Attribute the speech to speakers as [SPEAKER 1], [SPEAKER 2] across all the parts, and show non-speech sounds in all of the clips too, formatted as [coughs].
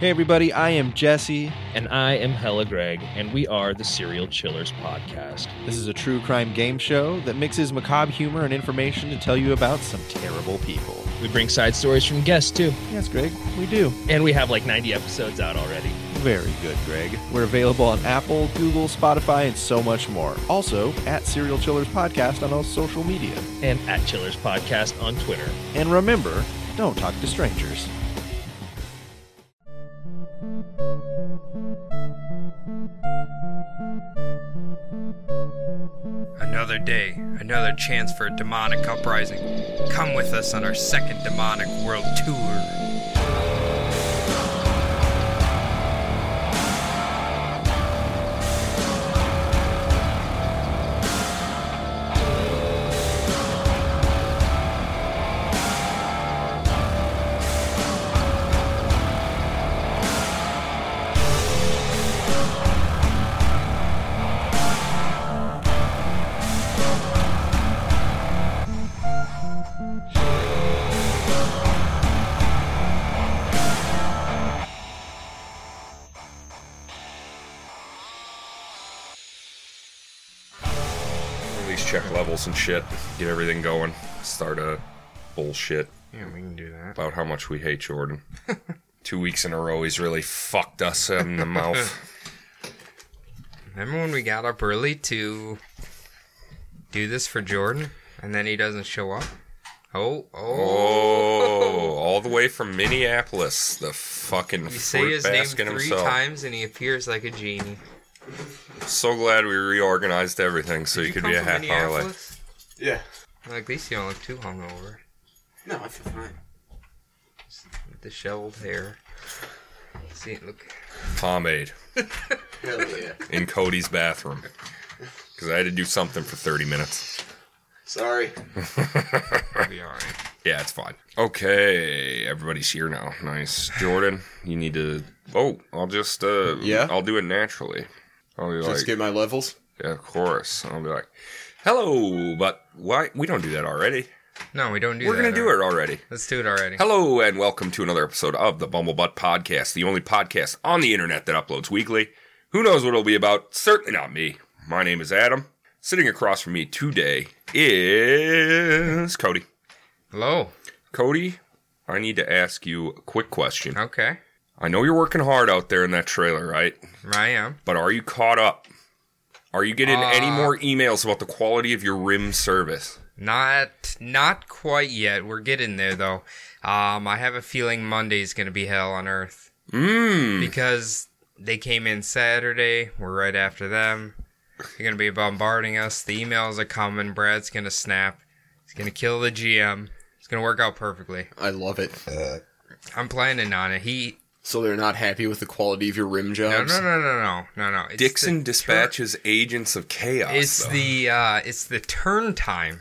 [SPEAKER 1] Hey, everybody, I am Jesse.
[SPEAKER 2] And I am Hella Greg, and we are the Serial Chillers Podcast.
[SPEAKER 1] This is a true crime game show that mixes macabre humor and information to tell you about some terrible people.
[SPEAKER 2] We bring side stories from guests, too.
[SPEAKER 1] Yes, Greg, we do.
[SPEAKER 2] And we have like 90 episodes out already.
[SPEAKER 1] Very good, Greg. We're available on Apple, Google, Spotify, and so much more. Also, at Serial Chillers Podcast on all social media.
[SPEAKER 2] And at Chillers Podcast on Twitter.
[SPEAKER 1] And remember, don't talk to strangers.
[SPEAKER 3] Another day, another chance for a demonic uprising. Come with us on our second demonic world tour.
[SPEAKER 4] At least check levels and shit. Get everything going. Start a bullshit
[SPEAKER 3] Yeah, we can do that.
[SPEAKER 4] about how much we
[SPEAKER 3] [laughs]
[SPEAKER 4] hate Jordan. Two weeks in a row, he's really fucked us in the mouth.
[SPEAKER 3] [laughs] Remember when we got up early to do this for Jordan, and then he doesn't show up? Oh, oh!
[SPEAKER 4] Oh, all the way from Minneapolis, the fucking
[SPEAKER 3] you
[SPEAKER 4] fruit
[SPEAKER 3] say his name
[SPEAKER 4] basket
[SPEAKER 3] three
[SPEAKER 4] himself.
[SPEAKER 3] times, and he appears like a genie.
[SPEAKER 4] So glad we reorganized everything so you could
[SPEAKER 3] come
[SPEAKER 4] be a
[SPEAKER 3] from
[SPEAKER 4] half hour late.
[SPEAKER 3] Minneapolis?
[SPEAKER 5] Yeah.
[SPEAKER 3] Well, at least you don't look too hungover.
[SPEAKER 5] No, I feel fine.
[SPEAKER 3] With disheveled hair. See, look.
[SPEAKER 4] Pomade
[SPEAKER 5] Hell yeah.
[SPEAKER 4] in Cody's
[SPEAKER 3] [laughs]
[SPEAKER 4] bathroom because I had to do something for 30 minutes.
[SPEAKER 5] [laughs] Sorry.
[SPEAKER 3] Be all right.
[SPEAKER 4] Yeah, it's fine. Okay, everybody's here now. Nice, Jordan. You need to. Oh, I'll just. uh
[SPEAKER 5] Yeah?
[SPEAKER 4] I'll do it naturally. I'll be
[SPEAKER 5] Just
[SPEAKER 4] like,
[SPEAKER 5] get my levels.
[SPEAKER 4] yeah, of course. I'll be like, hello, but why? We don't do that already.
[SPEAKER 3] No, we don't do
[SPEAKER 4] We're
[SPEAKER 3] that.
[SPEAKER 4] gonna do it already.
[SPEAKER 3] Let's do it already.
[SPEAKER 4] Hello, and welcome to another episode of the Bumblebutt Podcast, the only podcast on the internet that uploads weekly. Who knows what it'll be about? Certainly not me. My name is Adam. Sitting across from me today is Cody.
[SPEAKER 3] Hello.
[SPEAKER 4] Cody, I need to ask you a quick question.
[SPEAKER 3] Okay.
[SPEAKER 4] I know you're working hard out there in that trailer, right?
[SPEAKER 3] I am.
[SPEAKER 4] But are you caught up? Are you getting any
[SPEAKER 3] Uh,
[SPEAKER 4] more emails about the quality of your rim service?
[SPEAKER 3] Not not quite yet. We're getting there though. Um, I have a feeling Monday's gonna be hell on earth
[SPEAKER 4] Mmm.
[SPEAKER 3] because they came in Saturday. We're right after them. They're gonna be bombarding us. The emails are coming. Brad's gonna snap. He's gonna kill the GM. It's gonna work out perfectly.
[SPEAKER 5] I love it.
[SPEAKER 3] I'm planning on it. He
[SPEAKER 5] So they're not happy with the quality of your rim
[SPEAKER 3] no
[SPEAKER 5] jobs?
[SPEAKER 3] no no no no no no. It's the
[SPEAKER 4] Dixon
[SPEAKER 3] tur-
[SPEAKER 4] dispatches agents of chaos.
[SPEAKER 3] It's
[SPEAKER 4] though.
[SPEAKER 3] the uh, it's the turn time.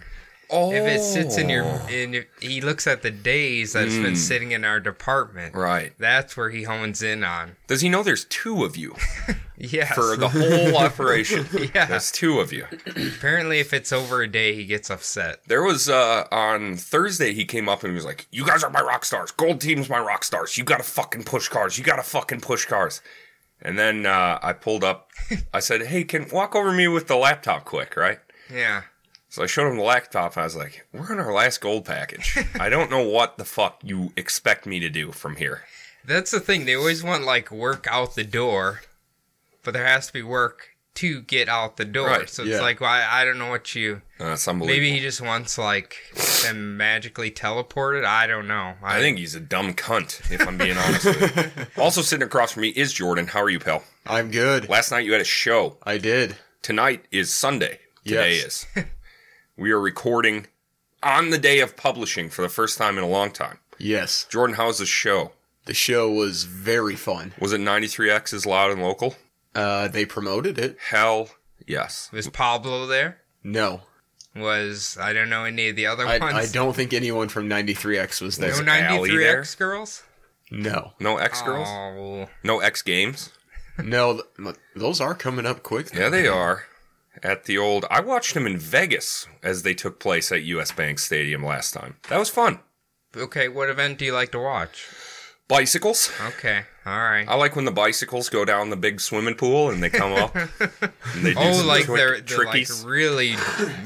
[SPEAKER 4] oh.
[SPEAKER 3] If it sits in your, in your, he looks at the days that's been sitting in our department.
[SPEAKER 4] Mm. Oh, right.
[SPEAKER 3] That's where he hones in on.
[SPEAKER 4] Does he know there's two of you
[SPEAKER 3] [laughs] Yes.
[SPEAKER 4] for the whole operation?
[SPEAKER 3] [laughs] Yeah.
[SPEAKER 4] There's two of you.
[SPEAKER 3] Apparently, if it's over a day, he gets upset.
[SPEAKER 4] There was uh on Thursday he came up and he was like, "You guys are my rock stars. Gold team's my rock stars. You gotta fucking push cars. You gotta fucking push cars." And then uh, I pulled up. I said, "Hey, can walk over me with the laptop quick, right?"
[SPEAKER 3] Yeah.
[SPEAKER 4] So I showed him the laptop. And I was like, "We're on our last gold
[SPEAKER 3] [laughs]
[SPEAKER 4] package. I don't know what the fuck you expect me to do from here."
[SPEAKER 3] That's the thing. They always want, like, work out the door, but there has to be work to get out the door.
[SPEAKER 4] Right,
[SPEAKER 3] So it's
[SPEAKER 5] yeah.
[SPEAKER 3] like, well, I, I don't know what you.
[SPEAKER 4] Uh, it's unbelievable.
[SPEAKER 3] Maybe he just wants, like, them magically teleported. I don't know.
[SPEAKER 4] I think he's a dumb cunt, if I'm being honest with
[SPEAKER 3] [laughs]
[SPEAKER 4] you. Also sitting across from me is Jordan. How are you, pal?
[SPEAKER 5] I'm good.
[SPEAKER 4] Last night you had a show.
[SPEAKER 5] I did.
[SPEAKER 4] tonight is Sunday. Today
[SPEAKER 5] Yes.
[SPEAKER 4] is. we are recording on the day of publishing for the first time in a long time.
[SPEAKER 5] Yes.
[SPEAKER 4] Jordan, how's the show?
[SPEAKER 5] The show was very fun.
[SPEAKER 4] Was it 93X is loud and local?
[SPEAKER 5] Uh, they promoted it.
[SPEAKER 4] Hell yes.
[SPEAKER 3] Was Pablo there?
[SPEAKER 5] No.
[SPEAKER 3] Was, I don't know any of the other
[SPEAKER 5] I,
[SPEAKER 3] ones.
[SPEAKER 5] I don't think anyone from 93X was
[SPEAKER 3] No
[SPEAKER 5] there.
[SPEAKER 4] Allie there?
[SPEAKER 3] 93X girls?
[SPEAKER 5] No.
[SPEAKER 4] No X girls?
[SPEAKER 3] Oh.
[SPEAKER 4] No X games?
[SPEAKER 5] No. th- Those are coming up quick.
[SPEAKER 3] [laughs]
[SPEAKER 4] Yeah, they are. At the old, I watched them in Vegas as they took place at US Bank Stadium last time. That was fun.
[SPEAKER 3] Okay, what event do you like to watch?
[SPEAKER 4] Bicycles.
[SPEAKER 3] Okay. All right.
[SPEAKER 4] I like when the bicycles go down the big swimming pool and they
[SPEAKER 3] [laughs]
[SPEAKER 4] come up. and they do
[SPEAKER 3] Oh,
[SPEAKER 4] some
[SPEAKER 3] like
[SPEAKER 4] trick-
[SPEAKER 3] they're, they're like
[SPEAKER 4] trickies. [coughs]
[SPEAKER 3] really,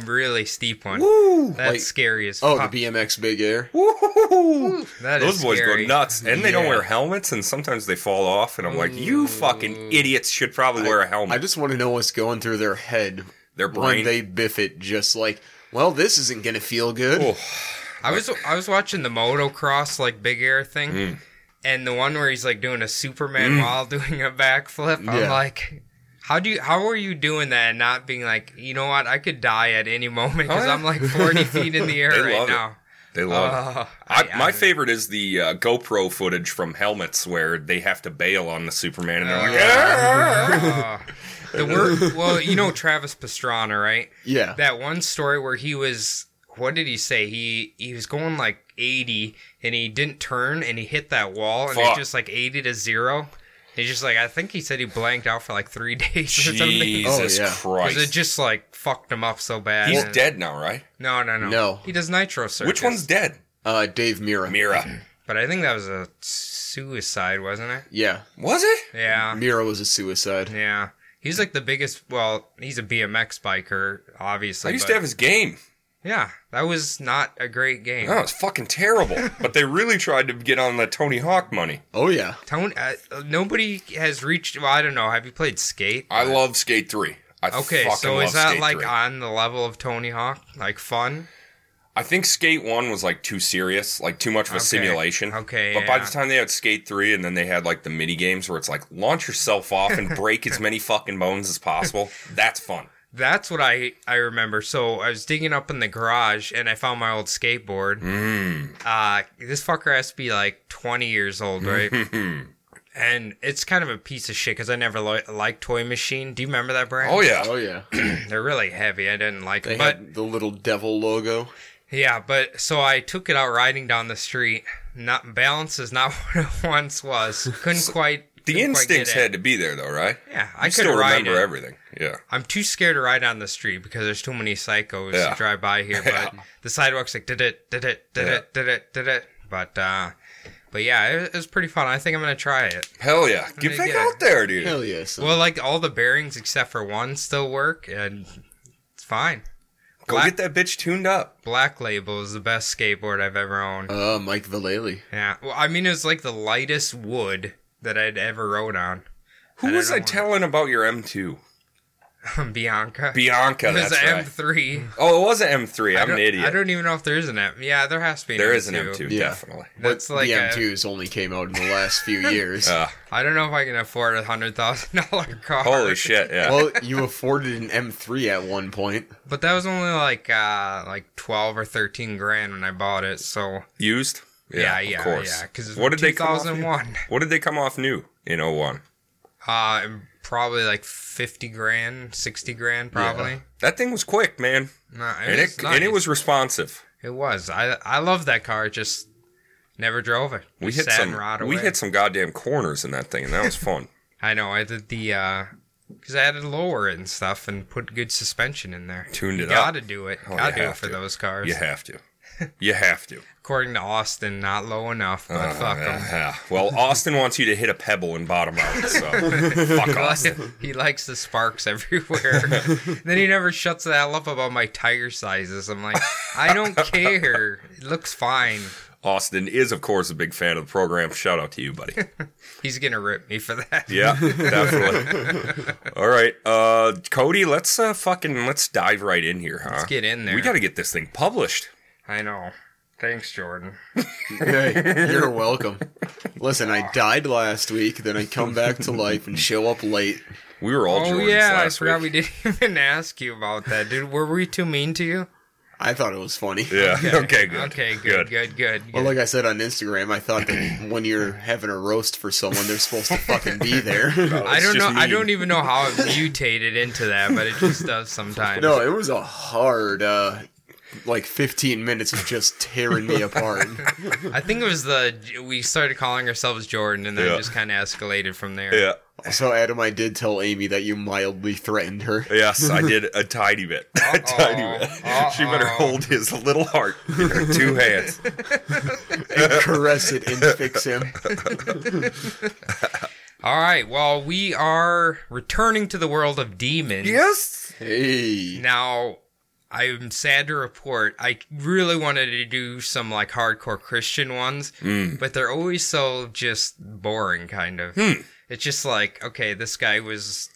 [SPEAKER 3] really steep one.
[SPEAKER 4] Woo!
[SPEAKER 3] That's
[SPEAKER 5] Like-
[SPEAKER 3] scary as
[SPEAKER 5] Oh,
[SPEAKER 3] fuck.
[SPEAKER 5] the BMX Big Air.
[SPEAKER 4] Woo!
[SPEAKER 3] That is
[SPEAKER 4] Those boys
[SPEAKER 3] scary.
[SPEAKER 4] go nuts, and they don't
[SPEAKER 5] Yeah.
[SPEAKER 4] wear helmets, and sometimes they fall off. And I'm like, you fucking idiots should probably wear a helmet.
[SPEAKER 5] I just want to know what's going through their head
[SPEAKER 4] Their
[SPEAKER 5] when
[SPEAKER 4] brain.
[SPEAKER 5] they biff it. Just like, well, this isn't gonna feel good.
[SPEAKER 4] Oh.
[SPEAKER 3] I was I was watching the motocross like big air thing,
[SPEAKER 4] Mm.
[SPEAKER 3] and the one where he's like doing a Superman while [laughs] doing a backflip. I'm
[SPEAKER 5] Yeah.
[SPEAKER 3] like, how do you how are you doing that and not being like, you know what, I could die at any [laughs] moment because
[SPEAKER 4] Oh, yeah.
[SPEAKER 3] I'm like 40 feet in
[SPEAKER 4] [laughs]
[SPEAKER 3] the air
[SPEAKER 4] They
[SPEAKER 3] right
[SPEAKER 4] love it.
[SPEAKER 3] now.
[SPEAKER 4] they love it.
[SPEAKER 3] Oh,
[SPEAKER 4] I,
[SPEAKER 3] I-
[SPEAKER 4] my
[SPEAKER 3] I-
[SPEAKER 4] favorite is the uh, GoPro footage from helmets where they have to bail on the Superman, and they're like, "Ah!"
[SPEAKER 5] Oh,
[SPEAKER 3] Uh, [laughs] the word, well, you know Travis Pastrana, right?
[SPEAKER 5] Yeah,
[SPEAKER 3] That one story where he was, what did he say? He he was going like eighty, and he didn't turn, and he hit that wall, and
[SPEAKER 4] Fuck.
[SPEAKER 3] it's just like eighty to zero. He's just like, I think he said he blanked out for like three [laughs] days or something.
[SPEAKER 5] Oh,
[SPEAKER 4] Jesus
[SPEAKER 5] yeah. 'Cause
[SPEAKER 4] Christ.
[SPEAKER 3] 'Cause it just like fucked him up so bad.
[SPEAKER 4] He's
[SPEAKER 3] And-
[SPEAKER 4] dead now, right?
[SPEAKER 3] No, no, no.
[SPEAKER 5] No.
[SPEAKER 3] He does Nitro Circus.
[SPEAKER 4] Which one's dead?
[SPEAKER 5] uh, Dave Mira.
[SPEAKER 3] [clears throat]
[SPEAKER 4] Mira.
[SPEAKER 3] But I think that was a suicide, wasn't it?
[SPEAKER 5] Yeah,
[SPEAKER 4] Was it?
[SPEAKER 3] Yeah.
[SPEAKER 5] Mira was a suicide.
[SPEAKER 3] Yeah. He's like the biggest. Well, he's a BMX biker, obviously.
[SPEAKER 4] I used
[SPEAKER 3] but-
[SPEAKER 4] to have his game.
[SPEAKER 3] Yeah, that was not a great game.
[SPEAKER 4] Oh, it's
[SPEAKER 3] [laughs]
[SPEAKER 4] fucking terrible. but they really tried to get on the Tony Hawk money.
[SPEAKER 5] Oh yeah,
[SPEAKER 3] Tone. Uh, nobody has reached. Well, I don't know. Have you played Skate?
[SPEAKER 4] I love Skate 3. I
[SPEAKER 3] Okay,
[SPEAKER 4] fucking
[SPEAKER 3] so
[SPEAKER 4] love
[SPEAKER 3] is that
[SPEAKER 4] Skate
[SPEAKER 3] like
[SPEAKER 4] 3.
[SPEAKER 3] on the level of Tony Hawk? Like fun?
[SPEAKER 4] I think Skate 1 was like too serious, like too much of a
[SPEAKER 3] Okay.
[SPEAKER 4] simulation.
[SPEAKER 3] Okay,
[SPEAKER 4] But by
[SPEAKER 3] yeah.
[SPEAKER 4] the time they had Skate 3 and then they had like the mini games where it's like launch yourself
[SPEAKER 3] [laughs]
[SPEAKER 4] off and break as many fucking bones as possible, that's fun.
[SPEAKER 3] That's what I I remember. So I was digging up in the garage and I found my old skateboard.
[SPEAKER 4] Mm.
[SPEAKER 3] Uh, this fucker has to be like 20 years old,
[SPEAKER 4] [laughs]
[SPEAKER 3] right? and it's kind of a piece of shit because I never li- liked Toy Machine. Do you remember that brand?
[SPEAKER 4] Oh, yeah.
[SPEAKER 3] [clears throat]
[SPEAKER 5] oh yeah.
[SPEAKER 3] They're really heavy. I didn't like
[SPEAKER 5] They
[SPEAKER 3] them. But
[SPEAKER 5] had the little devil logo.
[SPEAKER 3] Yeah, but so I took it out riding down the street. Not balance is not [laughs] what it once
[SPEAKER 4] [laughs]
[SPEAKER 3] was. Couldn't quite.
[SPEAKER 4] The
[SPEAKER 3] couldn't quite get
[SPEAKER 4] instincts
[SPEAKER 3] it.
[SPEAKER 4] had to be there, though, right?
[SPEAKER 3] Yeah, I
[SPEAKER 4] You
[SPEAKER 3] could
[SPEAKER 4] still
[SPEAKER 3] ride
[SPEAKER 4] remember
[SPEAKER 3] it.
[SPEAKER 4] everything. Yeah.
[SPEAKER 3] I'm too scared to ride on the street because there's too many psychos
[SPEAKER 4] Yeah.
[SPEAKER 3] to drive by here. But the sidewalks like did it, did it, did
[SPEAKER 4] Yeah.
[SPEAKER 3] it, did it, did it. But uh, but yeah, it, it was pretty fun. I think I'm gonna try it.
[SPEAKER 4] Hell yeah. Get
[SPEAKER 3] they
[SPEAKER 4] back
[SPEAKER 3] get
[SPEAKER 4] out there, dude.
[SPEAKER 5] Hell yeah, son.
[SPEAKER 3] Well, like all the bearings except for one still work, and it's fine.
[SPEAKER 4] Go
[SPEAKER 3] Black-
[SPEAKER 4] get that bitch tuned up.
[SPEAKER 3] Black Label is the best skateboard I've ever owned.
[SPEAKER 5] uh, Mike Vallely.
[SPEAKER 3] Yeah. Well, I mean, it was like the lightest wood that I'd ever rode on. [laughs]
[SPEAKER 4] Who
[SPEAKER 3] don't
[SPEAKER 4] was
[SPEAKER 3] know
[SPEAKER 4] I
[SPEAKER 3] why.
[SPEAKER 4] telling about your M2?
[SPEAKER 3] Bianca.
[SPEAKER 4] Bianca,
[SPEAKER 3] it was
[SPEAKER 4] that's
[SPEAKER 3] an
[SPEAKER 4] right.
[SPEAKER 3] M3.
[SPEAKER 4] Oh, it was an M3.
[SPEAKER 3] I
[SPEAKER 4] I'm an
[SPEAKER 3] don't- I
[SPEAKER 4] idiot.
[SPEAKER 3] don't even know if there's an M. Yeah, there has to be. An
[SPEAKER 4] There
[SPEAKER 3] M2.
[SPEAKER 4] is an M2,
[SPEAKER 5] Yeah.
[SPEAKER 4] definitely.
[SPEAKER 3] That's
[SPEAKER 5] But
[SPEAKER 3] like
[SPEAKER 5] the
[SPEAKER 3] a- Oh,
[SPEAKER 5] M2s only came out in the
[SPEAKER 3] [laughs]
[SPEAKER 5] last few years.
[SPEAKER 4] Uh,
[SPEAKER 3] I don't know if I can afford a hundred thousand [laughs] dollar car.
[SPEAKER 4] holy shit, yeah.
[SPEAKER 5] well, you afforded an M3 at one point.
[SPEAKER 3] But that was only like uh like twelve or thirteen grand when I bought it. So
[SPEAKER 4] Used?
[SPEAKER 3] yeah, yeah,
[SPEAKER 4] of course.
[SPEAKER 3] yeah. Because
[SPEAKER 4] what did they come off? new?
[SPEAKER 3] 2001?
[SPEAKER 4] What did they come off new in 01?
[SPEAKER 3] Uh, probably like fifty grand, sixty grand, probably.
[SPEAKER 4] That thing was quick, man,
[SPEAKER 3] No, it was
[SPEAKER 4] and it and it
[SPEAKER 3] nice.
[SPEAKER 4] was responsive.
[SPEAKER 3] It was. I I love that car. Just never drove it.
[SPEAKER 4] We
[SPEAKER 3] Just
[SPEAKER 4] hit
[SPEAKER 3] sat
[SPEAKER 4] some
[SPEAKER 3] and rotted
[SPEAKER 4] we
[SPEAKER 3] away.
[SPEAKER 4] hit some goddamn corners in that thing, and that
[SPEAKER 3] [laughs]
[SPEAKER 4] was fun.
[SPEAKER 3] I know. I did the uh 'cause because I had to lower it and stuff and put good suspension in there.
[SPEAKER 4] Tuned
[SPEAKER 3] You
[SPEAKER 4] it up.
[SPEAKER 3] gotta do it.
[SPEAKER 4] Oh,
[SPEAKER 3] gotta
[SPEAKER 4] you
[SPEAKER 3] do it
[SPEAKER 4] have
[SPEAKER 3] for
[SPEAKER 4] to.
[SPEAKER 3] those cars.
[SPEAKER 4] You have to, you
[SPEAKER 3] [laughs]
[SPEAKER 4] have to.
[SPEAKER 3] According to Austin, not low enough, but
[SPEAKER 4] Uh,
[SPEAKER 3] fuck him. [laughs]
[SPEAKER 4] yeah. Well, Austin wants you to hit a pebble and bottom out. So fuck Austin.
[SPEAKER 3] he likes the sparks [laughs] everywhere. then he never shuts the hell up about my tire sizes. I'm like, I
[SPEAKER 4] [laughs]
[SPEAKER 3] don't care. It looks fine.
[SPEAKER 4] Austin is, of course, a big fan of the program. Shout out to you, buddy.
[SPEAKER 3] He's gonna rip me for that.
[SPEAKER 4] Yeah, definitely.
[SPEAKER 3] [laughs]
[SPEAKER 4] All right, uh, Cody, let's uh, fucking let's dive right in here, huh?
[SPEAKER 3] Let's get in there.
[SPEAKER 4] We got to get this thing published.
[SPEAKER 3] I know. Thanks, Jordan.
[SPEAKER 5] Hey, you're
[SPEAKER 3] [laughs]
[SPEAKER 5] welcome. Listen, I died last week, then I come back to life and show up late.
[SPEAKER 4] We were all
[SPEAKER 3] Oh
[SPEAKER 4] Jordans
[SPEAKER 3] yeah, I
[SPEAKER 4] last
[SPEAKER 3] forgot
[SPEAKER 4] week.
[SPEAKER 3] we didn't [laughs] even ask you about that, dude. Were we too mean to you?
[SPEAKER 5] I thought it was funny.
[SPEAKER 4] Yeah. Okay. good.
[SPEAKER 3] Okay, good, good, good.
[SPEAKER 5] Well,
[SPEAKER 3] good.
[SPEAKER 5] like I said on Instagram, I thought that when you're having a roast for someone, they're supposed to fucking
[SPEAKER 3] [laughs]
[SPEAKER 5] be there.
[SPEAKER 3] I
[SPEAKER 4] it's
[SPEAKER 3] don't know.
[SPEAKER 4] just
[SPEAKER 3] I
[SPEAKER 4] mean.
[SPEAKER 3] don't even know
[SPEAKER 4] [laughs]
[SPEAKER 3] how it mutated into that, but it just does sometimes.
[SPEAKER 5] No, it was a hard. uh like 15 minutes of just tearing
[SPEAKER 3] [laughs]
[SPEAKER 5] me apart.
[SPEAKER 3] I think it was the we started calling ourselves Jordan, and then
[SPEAKER 4] Yeah.
[SPEAKER 3] it just kind of escalated from there.
[SPEAKER 4] Yeah.
[SPEAKER 5] Also, Adam, I did tell Amy that you mildly threatened
[SPEAKER 3] [laughs]
[SPEAKER 5] her.
[SPEAKER 4] Yes, I did a tiny bit. [laughs] a tiny bit. She better
[SPEAKER 3] Uh-oh.
[SPEAKER 4] hold his little heart in
[SPEAKER 3] [laughs]
[SPEAKER 4] her two hands.
[SPEAKER 5] and caress it and fix him.
[SPEAKER 3] All right. Well, we are returning to the world of demons.
[SPEAKER 4] Yes.
[SPEAKER 5] Hey.
[SPEAKER 3] Now, I'm sad to report, I really wanted to do some like hardcore Christian ones,
[SPEAKER 4] Hmm.
[SPEAKER 3] but they're always so just boring, kind of.
[SPEAKER 4] Hmm.
[SPEAKER 3] It's just like, okay, this guy was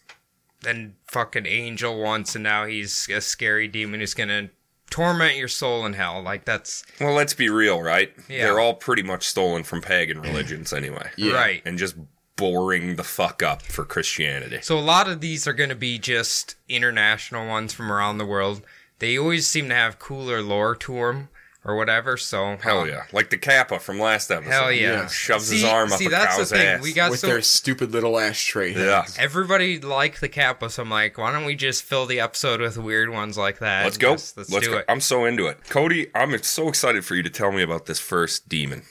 [SPEAKER 3] an fucking angel once, and now he's a scary demon who's gonna torment your soul in hell. Like, that's
[SPEAKER 4] Well, let's be real, right?
[SPEAKER 3] Yeah.
[SPEAKER 4] They're all pretty much stolen from pagan religions anyway.
[SPEAKER 3] right.
[SPEAKER 4] And just boring the fuck up for Christianity.
[SPEAKER 3] So a lot of these are going to be just international ones from around the world. They always seem to have cooler lore to them or whatever. So
[SPEAKER 4] Hell yeah. Like the Kappa from last episode.
[SPEAKER 3] hell yeah!
[SPEAKER 5] Yeah.
[SPEAKER 4] Shoves his arm up a cow's ass.
[SPEAKER 3] We got
[SPEAKER 5] With
[SPEAKER 3] so
[SPEAKER 5] their stupid little ashtray.
[SPEAKER 4] Yeah.
[SPEAKER 3] everybody liked the Kappa, so I'm like, why don't we just fill the episode with weird ones like that?
[SPEAKER 4] Let's
[SPEAKER 3] and
[SPEAKER 4] go.
[SPEAKER 3] just- let's, do
[SPEAKER 4] go.
[SPEAKER 3] it.
[SPEAKER 4] I'm so into it. Cody, I'm so excited for you to tell me about this first demon.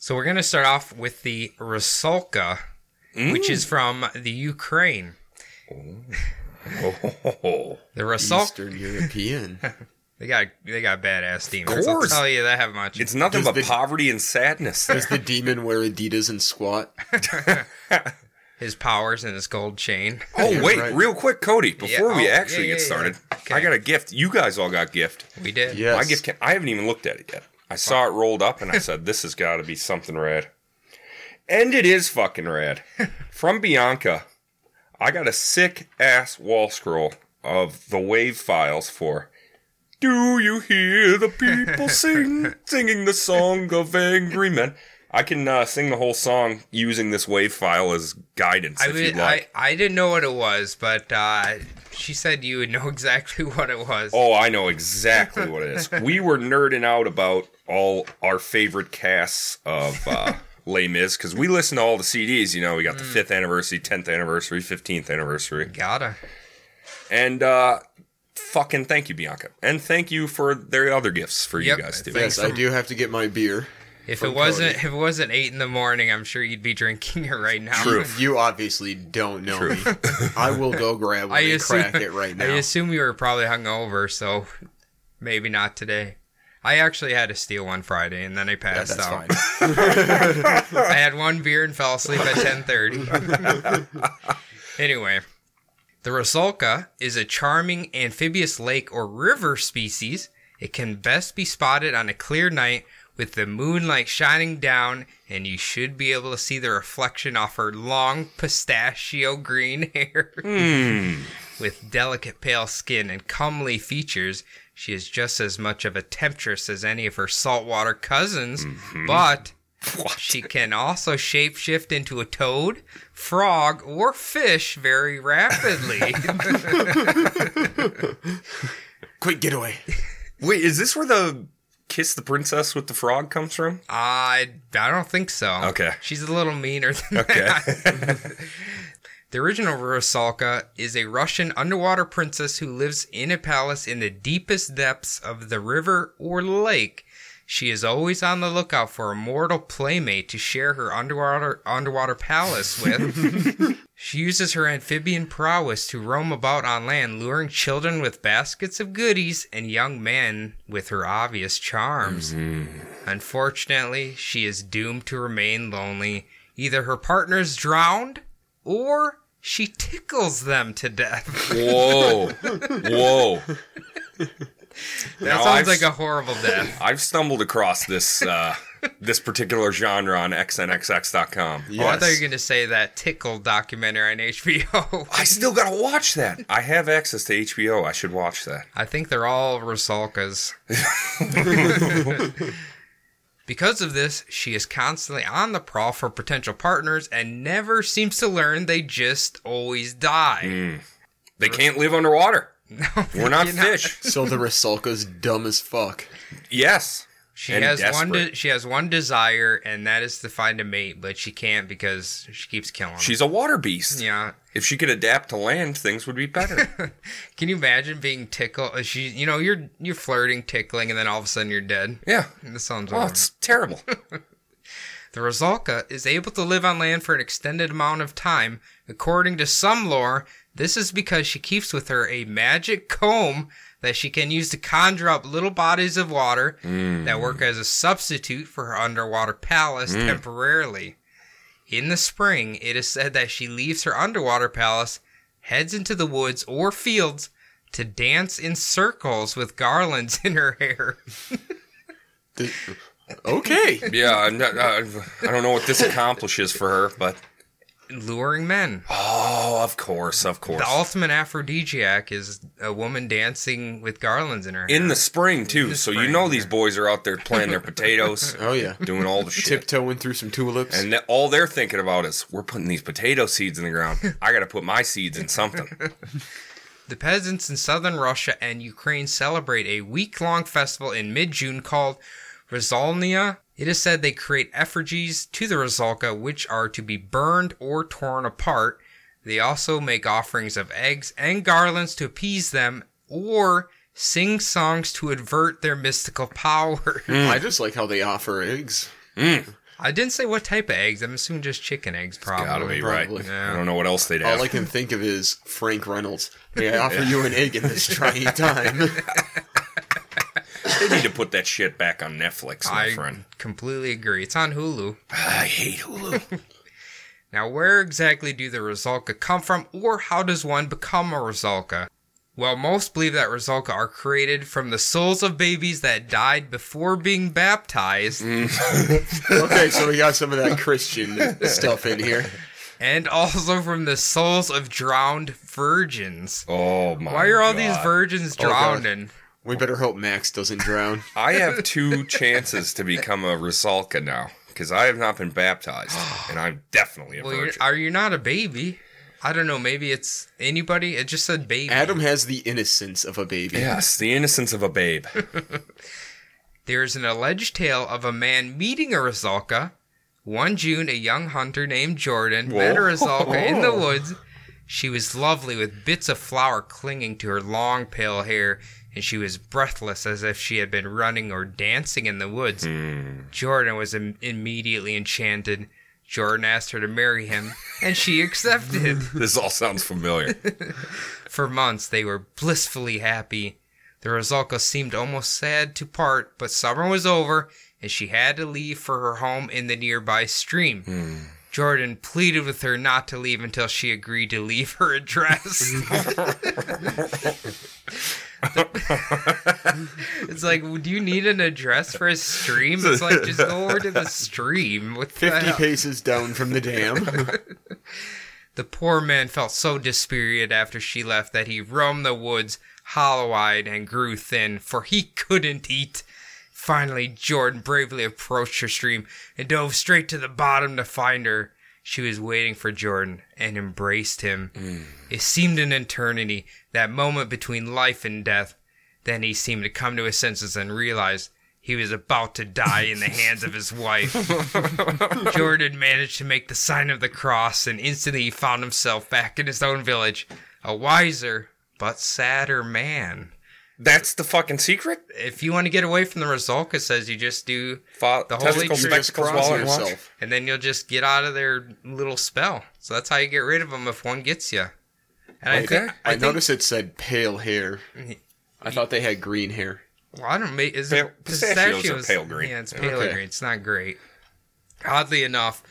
[SPEAKER 3] So we're gonna start off with the Rasulka, which
[SPEAKER 4] Mm.
[SPEAKER 3] is from the Ukraine.
[SPEAKER 4] Oh,
[SPEAKER 3] The Rasulka,
[SPEAKER 5] Eastern European.
[SPEAKER 3] they got they got badass demons.
[SPEAKER 4] course.
[SPEAKER 3] I'll tell you that have much.
[SPEAKER 4] it's nothing
[SPEAKER 5] Does
[SPEAKER 4] but
[SPEAKER 5] the-
[SPEAKER 4] poverty and sadness. there.
[SPEAKER 5] Does the demon wear Adidas and squat?
[SPEAKER 3] his powers and his gold
[SPEAKER 4] [laughs]
[SPEAKER 3] chain.
[SPEAKER 4] Oh
[SPEAKER 5] Yeah,
[SPEAKER 4] wait,
[SPEAKER 5] right.
[SPEAKER 4] real quick, Cody, before
[SPEAKER 3] Yeah,
[SPEAKER 4] we
[SPEAKER 3] oh,
[SPEAKER 4] actually
[SPEAKER 3] yeah,
[SPEAKER 4] get
[SPEAKER 3] yeah,
[SPEAKER 4] started,
[SPEAKER 3] yeah.
[SPEAKER 4] I got a gift. You guys all got gift.
[SPEAKER 3] We did.
[SPEAKER 5] Yes.
[SPEAKER 4] My gift. Can, I haven't even looked at it yet. I saw it rolled up and I said, "This has got to be something rad," and it is fucking
[SPEAKER 3] [laughs]
[SPEAKER 4] rad. From Bianca, I got a sick ass wall scroll of the wave files for. Do you hear the
[SPEAKER 3] [laughs]
[SPEAKER 4] people sing, singing the song of angry men? I can uh, sing the whole song using this wave file as guidance
[SPEAKER 3] I,
[SPEAKER 4] if
[SPEAKER 3] would,
[SPEAKER 4] you'd like.
[SPEAKER 3] I I didn't know what it was, but uh, she said you would know [laughs] exactly what it was.
[SPEAKER 4] Oh, I know exactly what it
[SPEAKER 3] [laughs]
[SPEAKER 4] is. We were nerding out about all our favorite casts
[SPEAKER 3] [laughs]
[SPEAKER 4] of uh, Les Mis because we listen to all the CDs. You know, we got
[SPEAKER 3] Mm.
[SPEAKER 4] the fifth anniversary, tenth anniversary, fifteenth anniversary,
[SPEAKER 3] Gotta.
[SPEAKER 4] and uh, fucking thank you, Bianca, and thank you for their other gifts for
[SPEAKER 3] Yep,
[SPEAKER 4] you guys too.
[SPEAKER 5] Yes, I do have to get my beer.
[SPEAKER 3] If
[SPEAKER 5] From
[SPEAKER 3] it wasn't
[SPEAKER 5] Cody.
[SPEAKER 3] if it wasn't eight in the morning, I'm sure you'd be drinking it right now.
[SPEAKER 4] True.
[SPEAKER 5] You obviously don't know me. I will go grab one
[SPEAKER 3] [laughs] I
[SPEAKER 5] and
[SPEAKER 3] assume,
[SPEAKER 5] crack it right
[SPEAKER 3] [laughs]
[SPEAKER 5] now.
[SPEAKER 3] I assume you were probably hungover, so maybe not today. I actually had to steal one Friday, and then I
[SPEAKER 5] Yeah,
[SPEAKER 3] passed
[SPEAKER 5] that's
[SPEAKER 3] out.
[SPEAKER 5] fine.
[SPEAKER 3] [laughs] I had one beer and fell asleep at 10:30. [laughs] anyway, the Rosulka is a charming amphibious lake or river species. It can best be spotted on a clear night with the moonlight shining down, and you should be able to see the reflection off her long pistachio green [laughs] hair. With delicate pale skin and comely features, she is just as much of a temptress as any of her saltwater cousins, but she can also shapeshift into a toad, frog, or fish very rapidly.
[SPEAKER 5] Quick, get away.
[SPEAKER 4] [laughs] Wait, is this where the kiss the princess with the frog comes
[SPEAKER 3] [laughs]
[SPEAKER 4] from?
[SPEAKER 3] I, I don't think so.
[SPEAKER 4] Okay.
[SPEAKER 3] She's a little meaner than
[SPEAKER 4] Okay.
[SPEAKER 3] that. [laughs] The original Rusalka is a Russian underwater princess who lives in a palace in the deepest depths of the river or lake. She is always on the lookout for a mortal playmate to share her underwater underwater palace with.
[SPEAKER 4] [laughs]
[SPEAKER 3] she uses her amphibian prowess to roam about on land, luring children with baskets of goodies and young men with her obvious
[SPEAKER 4] Mm-hmm.
[SPEAKER 3] charms. Unfortunately, she is doomed to remain lonely. Either her partner's drowned or she tickles them to death. [laughs]
[SPEAKER 4] Whoa, whoa!
[SPEAKER 3] That
[SPEAKER 4] Now
[SPEAKER 3] sounds
[SPEAKER 4] I've
[SPEAKER 3] like a horrible
[SPEAKER 4] [laughs]
[SPEAKER 3] death.
[SPEAKER 4] I've stumbled across this uh, [laughs] this particular genre on xnxx.com.
[SPEAKER 5] Yes.
[SPEAKER 3] Oh, I thought you were going to say that tickle documentary on HBO.
[SPEAKER 4] I still gotta watch that. I have access to HBO. I should watch that.
[SPEAKER 3] [laughs] I think they're all
[SPEAKER 4] [laughs]
[SPEAKER 3] Rosalkas. because of this, she is constantly on the prowl for potential partners and never seems to learn they just always die.
[SPEAKER 4] They can't live underwater.
[SPEAKER 3] [laughs] No,
[SPEAKER 4] We're not
[SPEAKER 3] you're not.
[SPEAKER 4] fish.
[SPEAKER 5] So the Rasulka's dumb as fuck.
[SPEAKER 4] Yes.
[SPEAKER 3] She
[SPEAKER 4] And
[SPEAKER 3] has one.
[SPEAKER 4] desperate.
[SPEAKER 3] De- she has one desire, and that is to find a mate, but she can't because she keeps killing. 'em.
[SPEAKER 4] She's a water beast.
[SPEAKER 3] yeah.
[SPEAKER 4] If she could adapt to land, things would be better.
[SPEAKER 3] [laughs] Can you imagine being tickled? She, you know, you're you're flirting, tickling, and then all of a sudden you're dead.
[SPEAKER 4] yeah.
[SPEAKER 3] That sounds
[SPEAKER 4] Well,
[SPEAKER 3] wrong.
[SPEAKER 4] it's terrible.
[SPEAKER 3] The Rosalka is able to live on land for an extended amount of time. According to some lore, this is because she keeps with her a magic comb that she can use to conjure up little bodies of water that work as a substitute for her underwater palace temporarily. In the spring, it is said that she leaves her underwater palace, heads into the woods or fields to dance in circles with garlands [laughs] in her hair.
[SPEAKER 5] Th- [laughs] okay.
[SPEAKER 4] Yeah, I'm not, uh, I don't know what this accomplishes for her, but
[SPEAKER 3] Luring men.
[SPEAKER 4] oh, of course, of course.
[SPEAKER 3] The ultimate aphrodisiac is a woman dancing with garlands in her hair.
[SPEAKER 4] In the spring too, so you
[SPEAKER 3] spring,
[SPEAKER 4] know
[SPEAKER 3] yeah.
[SPEAKER 4] these boys are out there playing their potatoes,
[SPEAKER 3] [laughs]
[SPEAKER 5] Oh yeah.
[SPEAKER 4] doing all the shit,
[SPEAKER 5] Tiptoeing through some tulips.
[SPEAKER 4] and th- all they're thinking about is we're putting these potato seeds in the ground. I got to put my seeds
[SPEAKER 3] [laughs]
[SPEAKER 4] in something.
[SPEAKER 3] the peasants in southern Russia and Ukraine celebrate a week long festival in mid June called Rosalnia. It is said they create effigies to the Rosalka, which are to be burned or torn apart. They also make offerings of eggs and garlands to appease them or sing songs to advert their mystical power. [laughs]
[SPEAKER 5] I just like how they offer eggs.
[SPEAKER 3] I didn't say what type of eggs. I'm assuming just chicken eggs, probably.
[SPEAKER 4] Gotta be right.
[SPEAKER 5] probably.
[SPEAKER 4] I don't know what else they'd have.
[SPEAKER 5] All I can think of is Frank Reynolds. They [laughs] offer you an egg in this [laughs] trying time.
[SPEAKER 4] they need to put that shit back on Netflix, my
[SPEAKER 3] I
[SPEAKER 4] friend.
[SPEAKER 3] completely agree. It's on Hulu.
[SPEAKER 4] I
[SPEAKER 3] [laughs]
[SPEAKER 4] hate Hulu.
[SPEAKER 3] Now, where exactly do the Rosalka come from, or how does one become a Rosalka? Well, most believe that Rosalka are created from the souls of babies that died before being baptized,
[SPEAKER 4] Mm.
[SPEAKER 5] okay, so we got some of that Christian stuff in here.
[SPEAKER 3] and also from the souls of drowned virgins.
[SPEAKER 4] oh my!
[SPEAKER 3] Why are all these
[SPEAKER 4] God.
[SPEAKER 3] virgins
[SPEAKER 5] God.
[SPEAKER 3] drowning?
[SPEAKER 5] We better hope Max doesn't drown.
[SPEAKER 3] [laughs]
[SPEAKER 4] I have two chances to become a Rusalka now because I have not been baptized,
[SPEAKER 3] [gasps]
[SPEAKER 4] and I'm definitely a
[SPEAKER 3] well, you're,
[SPEAKER 4] virgin.
[SPEAKER 3] are you not a baby? I don't know. Maybe it's anybody. It just said baby.
[SPEAKER 5] Adam has the innocence of a baby.
[SPEAKER 4] Yes, the innocence of a babe.
[SPEAKER 3] [laughs] There is an alleged tale of a man meeting a Razalka. One June, a young hunter named Jordan met a
[SPEAKER 4] Whoa.
[SPEAKER 3] Razalka in the woods. She was lovely with bits of flour clinging to her long pale hair, and she was breathless as if she had been running or dancing in the woods.
[SPEAKER 4] Hmm.
[SPEAKER 3] Jordan was im- immediately enchanted. Jordan asked her to marry him, and she accepted.
[SPEAKER 4] This all sounds familiar.
[SPEAKER 3] For months they were blissfully happy. The Rosalka seemed almost sad to part, but summer was over and she had to leave for her home in the nearby stream. Jordan pleaded with her not to leave until she agreed to leave her address. [laughs] it's like, do you need an address for a stream? It's like, just go over to the stream. What the
[SPEAKER 5] 50
[SPEAKER 3] hell?
[SPEAKER 5] paces down from
[SPEAKER 4] [laughs]
[SPEAKER 5] the dam.
[SPEAKER 3] The poor man felt so dispirited after she left that he roamed the woods, hollow eyed, and grew thin, for he couldn't eat. Finally, Jordan bravely approached her stream and dove straight to the bottom to find her. She was waiting for Jordan and embraced him. It seemed an eternity, that moment between life and death. Then he seemed to come to his senses and realize he was about to die in the hands of his wife. Jordan managed to make the sign of the cross, and instantly he found himself back in his own village, a wiser but sadder man.
[SPEAKER 4] That's the fucking secret.
[SPEAKER 3] If you want to get away from the Rosalka, says you just do,
[SPEAKER 4] Fa-
[SPEAKER 3] The Holy
[SPEAKER 4] testicle
[SPEAKER 3] Spirit
[SPEAKER 4] spectacles
[SPEAKER 5] Cross
[SPEAKER 4] while it walks.
[SPEAKER 5] yourself.
[SPEAKER 3] and then you'll just get out of their little spell. So that's how you get rid of them if one gets you. And I think,
[SPEAKER 5] I,
[SPEAKER 3] I think,
[SPEAKER 5] noticed it said pale hair. I thought they had green hair.
[SPEAKER 3] well, I don't make is
[SPEAKER 4] Pale-
[SPEAKER 3] it
[SPEAKER 4] pistachios are
[SPEAKER 3] pistachios-
[SPEAKER 4] pale green.
[SPEAKER 3] Yeah, it's pale
[SPEAKER 5] Okay.
[SPEAKER 3] green. It's not great. Oddly enough,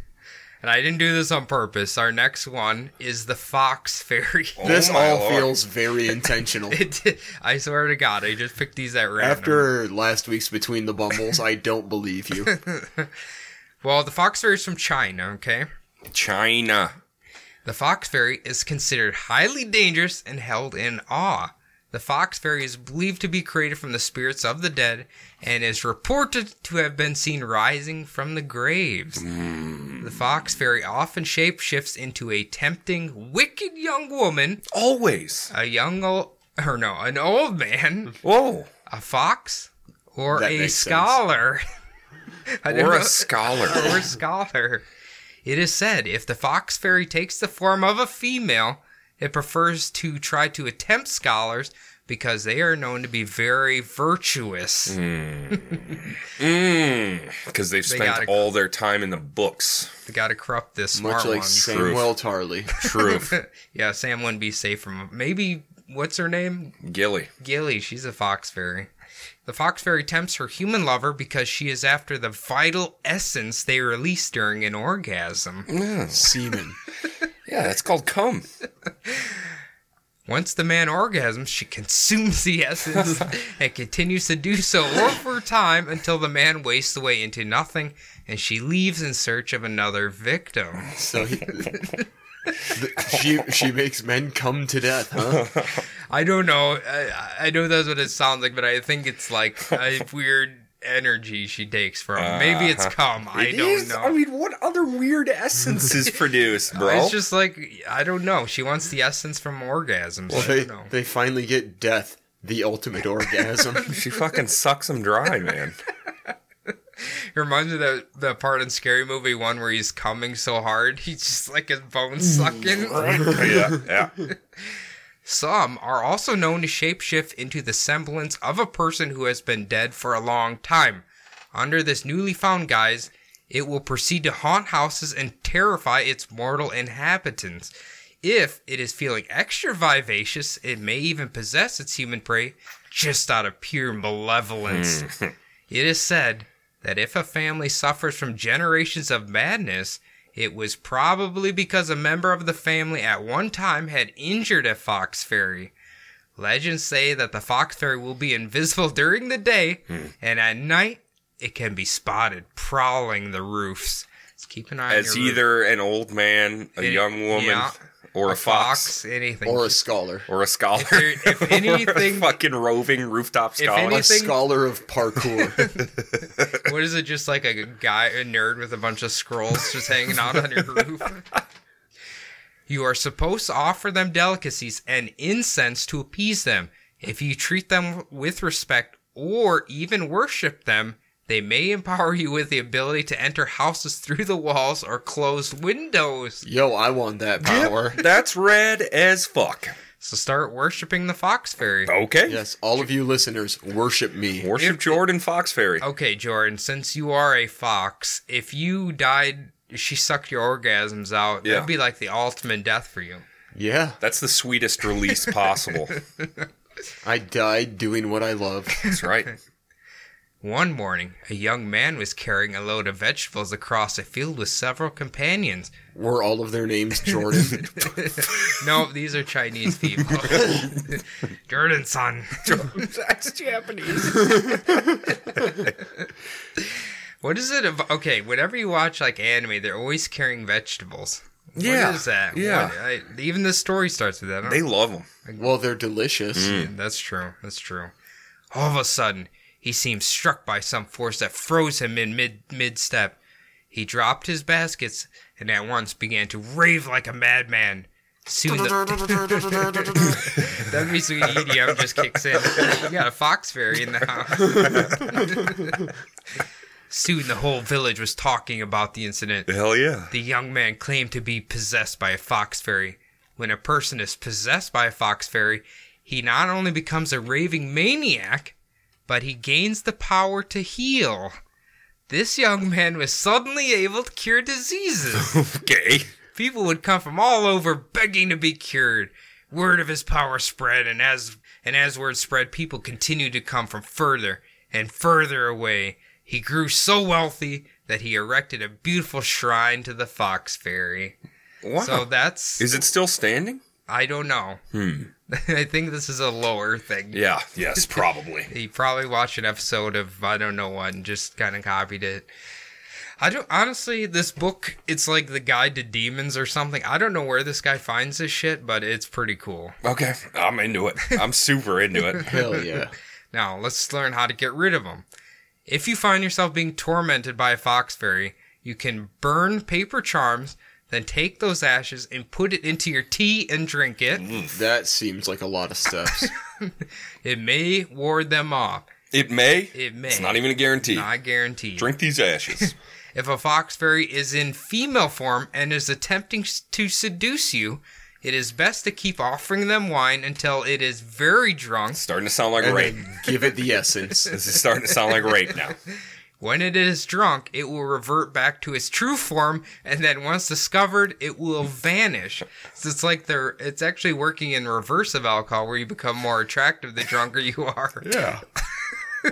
[SPEAKER 3] [laughs] and I didn't do this on purpose. Our next one is the fox fairy.
[SPEAKER 4] [laughs] Oh
[SPEAKER 5] this
[SPEAKER 4] my
[SPEAKER 5] all
[SPEAKER 4] lord.
[SPEAKER 5] feels very intentional.
[SPEAKER 3] It, I swear to God, I just picked these at random.
[SPEAKER 5] After last week's Between the Bumbles, I don't believe you.
[SPEAKER 3] well, the fox fairy is from China. Okay,
[SPEAKER 4] China.
[SPEAKER 3] the fox fairy is considered highly dangerous and held in awe. The fox fairy is believed to be created from the spirits of the dead and is reported to have been seen rising from the graves.
[SPEAKER 5] Hmm.
[SPEAKER 3] The fox fairy often shapeshifts into a tempting, wicked young woman,
[SPEAKER 4] Always.
[SPEAKER 3] a young old, or no, an old man,
[SPEAKER 4] Whoa.
[SPEAKER 3] a fox, or
[SPEAKER 5] That
[SPEAKER 3] a
[SPEAKER 5] makes sense.
[SPEAKER 3] scholar. [laughs] I didn't
[SPEAKER 4] Or a
[SPEAKER 3] know- [laughs]
[SPEAKER 4] scholar.
[SPEAKER 3] or a scholar. It is said if the fox fairy takes the form of a female, it prefers to try to attempt scholars because they are known to be very virtuous.
[SPEAKER 5] Mm-hmm.
[SPEAKER 4] Because they've spent
[SPEAKER 3] gotta-
[SPEAKER 4] all their time in the books.
[SPEAKER 3] They got to corrupt this smart
[SPEAKER 5] Much like
[SPEAKER 3] one.
[SPEAKER 5] Samuel Tarly.
[SPEAKER 4] Truth.
[SPEAKER 3] yeah, Sam wouldn't be safe from maybe what's her name?
[SPEAKER 4] Gilly.
[SPEAKER 3] Gilly, she's a fox fairy. The fox fairy tempts her human lover because she is after the vital essence they release during an orgasm.
[SPEAKER 5] [laughs] Semen.
[SPEAKER 4] Yeah, that's called cum.
[SPEAKER 3] Once the man orgasms, she consumes the
[SPEAKER 4] [laughs]
[SPEAKER 3] essence and continues to do so over time until the man wastes away into nothing and she leaves in search of another victim.
[SPEAKER 5] So he, the- she she makes men come to death, huh?
[SPEAKER 3] I don't know. I, I know that's what it sounds like, but I think it's like
[SPEAKER 4] [laughs]
[SPEAKER 3] a weird energy she takes from. Maybe it's cum. I
[SPEAKER 4] Uh, It
[SPEAKER 3] don't
[SPEAKER 4] is-
[SPEAKER 3] know.
[SPEAKER 4] I mean, what other weird essence [laughs] is produced, bro?
[SPEAKER 3] It's just like I don't know. She wants the essence from orgasms.
[SPEAKER 5] Well,
[SPEAKER 3] I
[SPEAKER 5] they
[SPEAKER 3] don't know.
[SPEAKER 5] they finally get death, the ultimate
[SPEAKER 4] [laughs]
[SPEAKER 5] orgasm.
[SPEAKER 4] she fucking sucks them dry, [laughs] man.
[SPEAKER 3] It reminds me of that that part in Scary Movie One where he's coming so hard, [laughs] he's just like his
[SPEAKER 4] Mm.
[SPEAKER 3] bones
[SPEAKER 4] [laughs]
[SPEAKER 3] sucking.
[SPEAKER 4] yeah, yeah.
[SPEAKER 3] Some are also known to shapeshift into the semblance of a person who has been dead for a long time. Under this newly found guise, it will proceed to haunt houses and terrify its mortal inhabitants. If it is feeling extra vivacious, it may even possess its human prey just out of pure malevolence. It is said that if a family suffers from generations of madness, it was probably because a member of the family at one time had injured a fox fairy. Legends say that the fox fairy will be invisible [laughs] during the day, and at night it can be spotted prowling the roofs. Let's keep an eye
[SPEAKER 4] As
[SPEAKER 3] on your roof.
[SPEAKER 4] either an old man, a
[SPEAKER 3] It-
[SPEAKER 4] young woman,
[SPEAKER 3] yeah.
[SPEAKER 4] or a, fox,
[SPEAKER 3] fox, anything.
[SPEAKER 5] or a scholar.
[SPEAKER 4] or a scholar,
[SPEAKER 3] there- if
[SPEAKER 4] [laughs] or a
[SPEAKER 3] anything-
[SPEAKER 4] fucking roving rooftop
[SPEAKER 3] If
[SPEAKER 4] scholar.
[SPEAKER 3] [laughs]
[SPEAKER 5] A
[SPEAKER 3] anything- Thing-
[SPEAKER 5] scholar of parkour.
[SPEAKER 3] what is it? Just like a guy, a nerd with a bunch of scrolls just hanging out on your roof. You are supposed to offer them delicacies and incense to appease them. If you treat them with respect or even worship them, they may empower you with the ability to enter houses through the walls or close windows.
[SPEAKER 5] Yo, I want that power.
[SPEAKER 4] That's red as fuck.
[SPEAKER 3] So start worshiping the fox fairy.
[SPEAKER 4] Okay.
[SPEAKER 5] Yes, all of you listeners, worship me.
[SPEAKER 4] Worship Jordan Fox Fairy.
[SPEAKER 3] Okay, Jordan, since you are a fox, if you died, she sucked your orgasms out,
[SPEAKER 4] Yeah.
[SPEAKER 3] that'd be like the ultimate death for you.
[SPEAKER 5] Yeah,
[SPEAKER 4] That's the sweetest release
[SPEAKER 3] [laughs]
[SPEAKER 4] possible.
[SPEAKER 5] I died doing what I love.
[SPEAKER 4] That's right.
[SPEAKER 3] One morning, a young man was carrying a load of vegetables across a field with several companions.
[SPEAKER 5] Were all of their names Jordan?
[SPEAKER 3] No, these are Chinese people. [laughs] Jordan son.
[SPEAKER 4] [laughs] That's Japanese.
[SPEAKER 3] [laughs] What is it? Of, okay, whenever you watch like anime, they're always carrying vegetables.
[SPEAKER 4] Yeah,
[SPEAKER 3] What is that?
[SPEAKER 4] yeah.
[SPEAKER 3] What- I, even the story starts with that. I don't
[SPEAKER 4] They love them.
[SPEAKER 5] well, they're delicious.
[SPEAKER 3] Mm, That's true. That's true. All of a sudden, he seemed struck by some force that froze him in mid mid step. He dropped his baskets and at once began to rave like a madman. Soon [laughs] the that'd be sweet EDM just kicks in. You got a fox fairy in the house. Soon the whole village was talking about the incident.
[SPEAKER 4] Hell yeah.
[SPEAKER 3] The young man claimed to be possessed by a fox fairy. When a person is possessed by a fox fairy, he not only becomes a raving maniac, but he gains the power to heal. This young man was suddenly able to cure diseases.
[SPEAKER 4] Okay.
[SPEAKER 3] People would come from all over begging to be cured. Word of his power spread, and as and as word spread, people continued to come from further and further away. He grew so wealthy that he erected a beautiful shrine to the fox fairy.
[SPEAKER 4] Wow.
[SPEAKER 3] So that's
[SPEAKER 4] is Hmm. it still standing?
[SPEAKER 3] I don't know. [laughs] I think this is a lower thing.
[SPEAKER 4] Yeah. Yes, probably.
[SPEAKER 3] He probably watched an episode of I don't know what and just kind of copied it. I don't honestly. This book, it's like the guide to demons or something. I don't know where this guy finds this shit, but it's pretty cool.
[SPEAKER 4] Okay. I'm into it. I'm super into it.
[SPEAKER 5] Hell yeah.
[SPEAKER 3] Now let's learn how to get rid of them. If you find yourself being tormented by a fox fairy, you can burn paper charms, then take those ashes and put it into your tea and
[SPEAKER 4] Mm-hmm.
[SPEAKER 3] drink it.
[SPEAKER 4] [laughs]
[SPEAKER 5] That seems like a lot of steps.
[SPEAKER 3] It may ward them off.
[SPEAKER 4] It may.
[SPEAKER 3] It may.
[SPEAKER 4] It's not even a guarantee.
[SPEAKER 3] Not guaranteed.
[SPEAKER 4] Drink these ashes.
[SPEAKER 3] If a foxberry is in female form and is attempting s- to seduce you, it is best to keep offering them wine until it is very drunk.
[SPEAKER 4] starting to sound like
[SPEAKER 5] And
[SPEAKER 4] rape.
[SPEAKER 5] then give it the essence.
[SPEAKER 4] This is starting to sound like rape now.
[SPEAKER 3] When it is drunk, it will revert back to its true form, and then once discovered, it will vanish. So it's like they're it's actually working in reverse of alcohol, where you become more attractive the drunker you are.
[SPEAKER 5] [laughs] Yeah.
[SPEAKER 3] [laughs]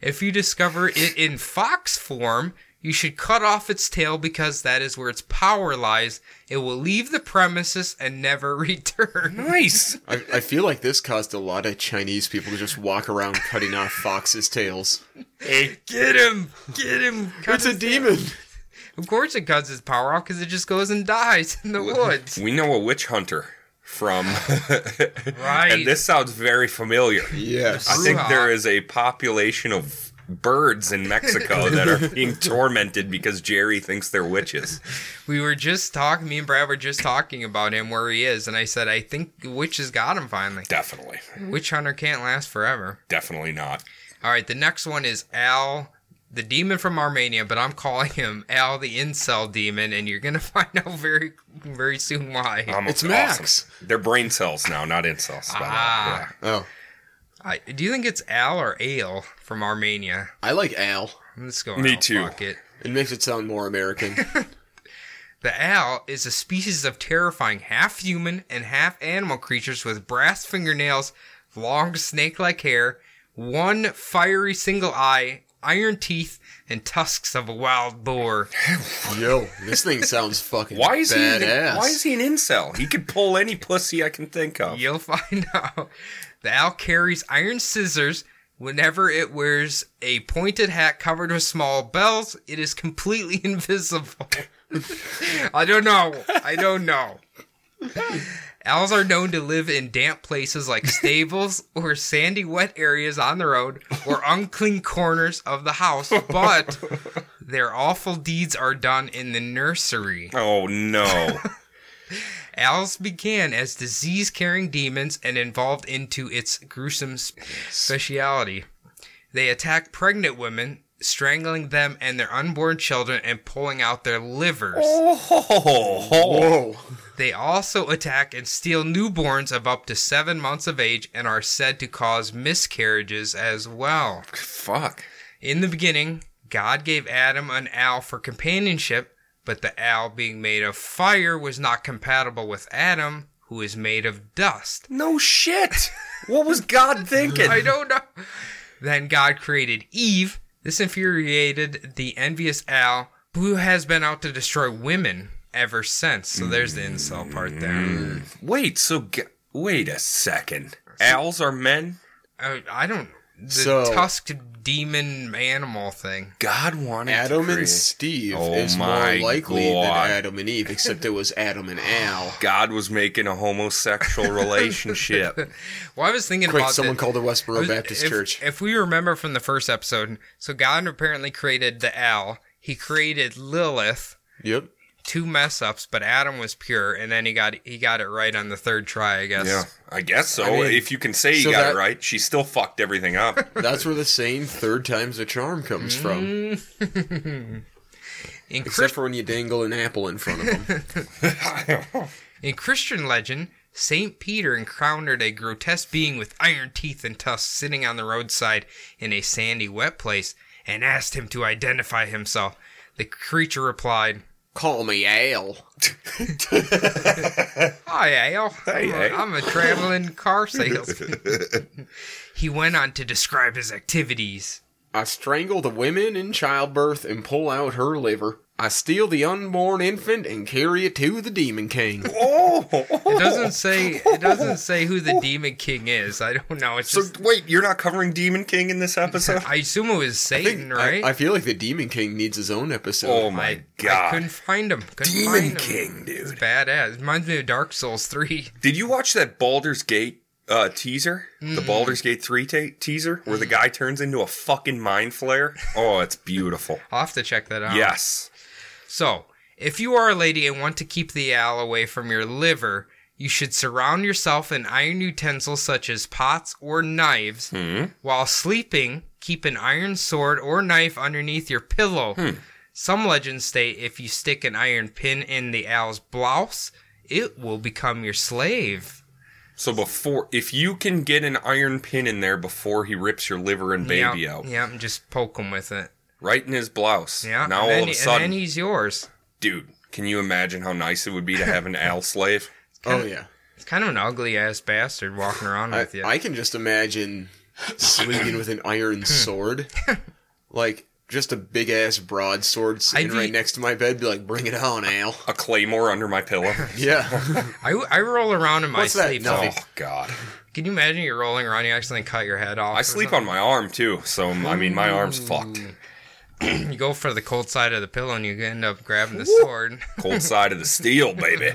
[SPEAKER 3] If you discover it in fox form, you should cut off its tail because that is where its power lies. It will leave the premises and never [laughs] return.
[SPEAKER 4] Nice.
[SPEAKER 5] I, I feel like this caused a lot of Chinese people to just walk around cutting off foxes' tails.
[SPEAKER 4] Hey,
[SPEAKER 3] Get him! Get him! Cut
[SPEAKER 5] It's a
[SPEAKER 3] his tail.
[SPEAKER 5] demon.
[SPEAKER 3] Of course, it cuts its power off because it just goes and dies in
[SPEAKER 4] [laughs]
[SPEAKER 3] the woods.
[SPEAKER 4] we know a witch hunter from, [laughs]
[SPEAKER 3] Right.
[SPEAKER 4] and this sounds very familiar.
[SPEAKER 5] Yes.
[SPEAKER 4] I think there is a population of birds in Mexico that are being tormented because Jerry thinks they're witches.
[SPEAKER 3] we were just talking. Me and Brad were just talking about him where he is, and I said, I think Witch has got him finally.
[SPEAKER 4] Definitely.
[SPEAKER 3] Witch Hunter can't last forever.
[SPEAKER 4] Definitely not.
[SPEAKER 3] All right, the next one is Al, the demon from Armenia, but I'm calling him Al the incel demon, and you're gonna [laughs] find out very, very soon why.
[SPEAKER 4] I'm
[SPEAKER 5] It's
[SPEAKER 4] awesome.
[SPEAKER 5] Max.
[SPEAKER 4] They're brain cells now, not incels. by the way.
[SPEAKER 3] Ah.
[SPEAKER 5] Oh,
[SPEAKER 3] I, do you think it's Al or Ale from Armenia?
[SPEAKER 5] I like Al.
[SPEAKER 3] Let's go.
[SPEAKER 4] Me
[SPEAKER 3] Al,
[SPEAKER 4] too.
[SPEAKER 3] oh, fuck it.
[SPEAKER 5] It makes it sound more American.
[SPEAKER 3] The owl is a species of terrifying half human and half animal creatures with brass fingernails, long snake like hair, one fiery single eye, iron teeth, and tusks of a wild boar.
[SPEAKER 5] Yo, this thing sounds fucking
[SPEAKER 4] Why is
[SPEAKER 5] badass.
[SPEAKER 4] he? Why is he an incel? He could pull any pussy I can think of.
[SPEAKER 3] You'll find out. The owl carries iron scissors. Whenever it wears a pointed hat covered with small bells, it is completely [laughs] invisible. I don't know. I don't know. Owls are known to live in damp places like stables or sandy, wet areas on the road or unclean corners of the house, but their awful deeds are done in the nursery.
[SPEAKER 4] Oh [laughs] no!
[SPEAKER 3] Owls began as disease carrying demons and evolved into its gruesome sp- speciality. They attack pregnant women, strangling them and their unborn children and pulling out their livers.
[SPEAKER 4] oh,
[SPEAKER 5] Whoa.
[SPEAKER 3] They also attack and steal newborns of up to seven months of age and are said to cause miscarriages as well.
[SPEAKER 4] fuck!
[SPEAKER 3] In the beginning, God gave Adam an owl for companionship, but the owl being made of fire was not compatible with Adam, who is made of dust.
[SPEAKER 4] No shit! What was God
[SPEAKER 3] [laughs]
[SPEAKER 4] thinking? [laughs]
[SPEAKER 3] I don't know. Then God created Eve. This infuriated the envious owl, who has been out to destroy women ever since. So there's the incel part there.
[SPEAKER 5] Mm.
[SPEAKER 4] Wait, so g- wait a second. Owls are men.
[SPEAKER 3] I, Oh, I don't. The
[SPEAKER 5] So-
[SPEAKER 3] tusked demon animal thing.
[SPEAKER 4] God wanted to
[SPEAKER 5] Adam
[SPEAKER 4] create-
[SPEAKER 5] and Steve
[SPEAKER 4] Oh
[SPEAKER 5] is more
[SPEAKER 4] my
[SPEAKER 5] likely
[SPEAKER 4] God.
[SPEAKER 5] than Adam and Eve, except it was Adam
[SPEAKER 4] [laughs]
[SPEAKER 5] and Al.
[SPEAKER 4] God was making a [laughs] homosexual relationship.
[SPEAKER 3] Well, I was thinking
[SPEAKER 5] Quick,
[SPEAKER 3] about
[SPEAKER 5] someone
[SPEAKER 3] the-
[SPEAKER 5] called the Westboro
[SPEAKER 3] If-
[SPEAKER 5] Baptist
[SPEAKER 3] if,
[SPEAKER 5] Church.
[SPEAKER 3] If we remember from the first episode, so God apparently created the owl. He created Lilith,
[SPEAKER 5] Yep.
[SPEAKER 3] two mess ups, but Adam was pure, and then he got he got it right on the third try, I guess.
[SPEAKER 4] yeah, I guess so.
[SPEAKER 5] mean,
[SPEAKER 4] if you can say you
[SPEAKER 5] so
[SPEAKER 4] got
[SPEAKER 5] that-
[SPEAKER 4] it right, she still fucked everything up. [laughs]
[SPEAKER 5] That's where the saying third time's a charm
[SPEAKER 4] Mm.
[SPEAKER 5] comes from.
[SPEAKER 3] In, Chris-
[SPEAKER 5] Except for when you dangle an apple in front of them.
[SPEAKER 3] in Christian legend, Saint Peter encountered a grotesque being with iron teeth and tusks sitting on the roadside in a sandy, wet place, and asked him to identify himself. The creature replied,
[SPEAKER 5] [laughs] Call me Al.
[SPEAKER 3] Hi, Al. I'm,
[SPEAKER 4] Hey,
[SPEAKER 3] a-
[SPEAKER 4] Al.
[SPEAKER 3] I'm a traveling
[SPEAKER 4] [laughs]
[SPEAKER 3] car salesman. he went on to describe his activities.
[SPEAKER 5] I strangle the women in childbirth and pull out her liver. I steal the unborn infant and carry it to the demon [laughs] king.
[SPEAKER 4] oh,
[SPEAKER 3] It doesn't say. It doesn't say who the Demon King is. I don't know. It's
[SPEAKER 4] so
[SPEAKER 3] just.
[SPEAKER 4] wait, you're not covering Demon King in this episode?
[SPEAKER 3] [laughs] I assume it was Satan,
[SPEAKER 5] I-
[SPEAKER 3] right?
[SPEAKER 5] I, feel like the demon king needs his own episode.
[SPEAKER 4] Oh my
[SPEAKER 3] I
[SPEAKER 4] god!
[SPEAKER 3] couldn't find him. Couldn't find
[SPEAKER 4] Demon
[SPEAKER 3] him.
[SPEAKER 4] King,
[SPEAKER 3] It's
[SPEAKER 4] dude.
[SPEAKER 3] badass. Reminds me of Dark Souls Three. [laughs]
[SPEAKER 4] Did you watch that Baldur's Gate uh, teaser?
[SPEAKER 3] Mm-hmm.
[SPEAKER 4] The Baldur's Gate 3 ta teaser where the guy turns into a fucking mind flayer? Oh, it's beautiful.
[SPEAKER 3] I'll have to check that out.
[SPEAKER 4] Yes.
[SPEAKER 3] So, if you are a lady and want to keep the owl away from your liver, You should surround yourself in iron utensils such as pots or knives.
[SPEAKER 4] Hmm.
[SPEAKER 3] While sleeping, keep an iron sword or knife underneath your pillow.
[SPEAKER 4] Hmm.
[SPEAKER 3] Some legends state if you stick an iron pin in the owl's blouse, it will become your slave.
[SPEAKER 4] So before, if you can get an iron pin in there before he rips your liver and baby
[SPEAKER 3] yeah,
[SPEAKER 4] out,
[SPEAKER 3] Yeah, and just poke him with it.
[SPEAKER 4] right in his blouse.
[SPEAKER 3] Yeah. and
[SPEAKER 4] Now all
[SPEAKER 3] then,
[SPEAKER 4] of a
[SPEAKER 3] and
[SPEAKER 4] sudden,
[SPEAKER 3] then he's yours.
[SPEAKER 4] dude, can you imagine how nice it would be to
[SPEAKER 3] [laughs]
[SPEAKER 4] have an owl slave?
[SPEAKER 5] Oh yeah.
[SPEAKER 3] It's kind of an ugly ass bastard walking around
[SPEAKER 5] I,
[SPEAKER 3] with you.
[SPEAKER 5] I can just imagine sleeping with an iron sword, like just a big ass broadsword sitting
[SPEAKER 3] I'd be-
[SPEAKER 5] right next to my bed. Be like, bring it on, Al.
[SPEAKER 4] [laughs] A claymore under
[SPEAKER 3] [laughs]
[SPEAKER 4] my pillow.
[SPEAKER 5] Yeah.
[SPEAKER 3] I, I roll around in my
[SPEAKER 5] What's that?
[SPEAKER 3] sleep.
[SPEAKER 5] No.
[SPEAKER 3] though.
[SPEAKER 4] oh God,
[SPEAKER 3] Can you imagine you're rolling around, you accidentally cut your head off?
[SPEAKER 4] I
[SPEAKER 3] or
[SPEAKER 4] sleep on
[SPEAKER 3] something?
[SPEAKER 4] my arm too, so I mean my arm's fucked.
[SPEAKER 3] You go for the cold side of the pillow and you end up grabbing the sword. [laughs]
[SPEAKER 4] Cold side of the
[SPEAKER 6] [laughs]
[SPEAKER 4] steel, baby.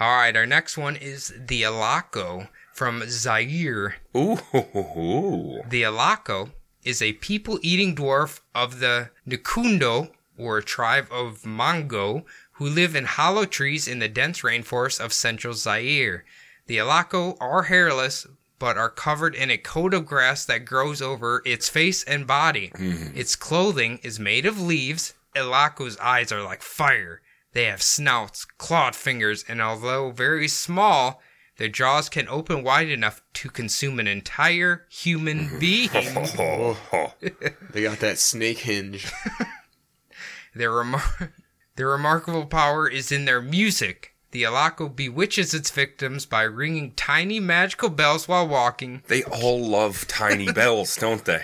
[SPEAKER 3] All right, our next one is the Alaco from Zaire.
[SPEAKER 4] Ooh, hoo, hoo, hoo.
[SPEAKER 3] The Alaco is a people eating dwarf of the Nkundo, or tribe of Mongo, who live in hollow trees in the dense rainforest of central Zaire. The Alaco are hairless, but are covered in a coat of grass that grows over its face and body. Its clothing is made of leaves. Alaco's eyes are like fire. They have snouts, clawed fingers, and although very small, their jaws can open wide enough to consume an entire
[SPEAKER 5] [laughs]
[SPEAKER 3] human being.
[SPEAKER 4] Ho, ho.
[SPEAKER 5] they got that snake hinge.
[SPEAKER 3] Their, remar- [laughs] their remarkable power is in their music. The Alaco bewitches its victims by ringing tiny magical bells while walking.
[SPEAKER 4] They all love tiny bells, don't they?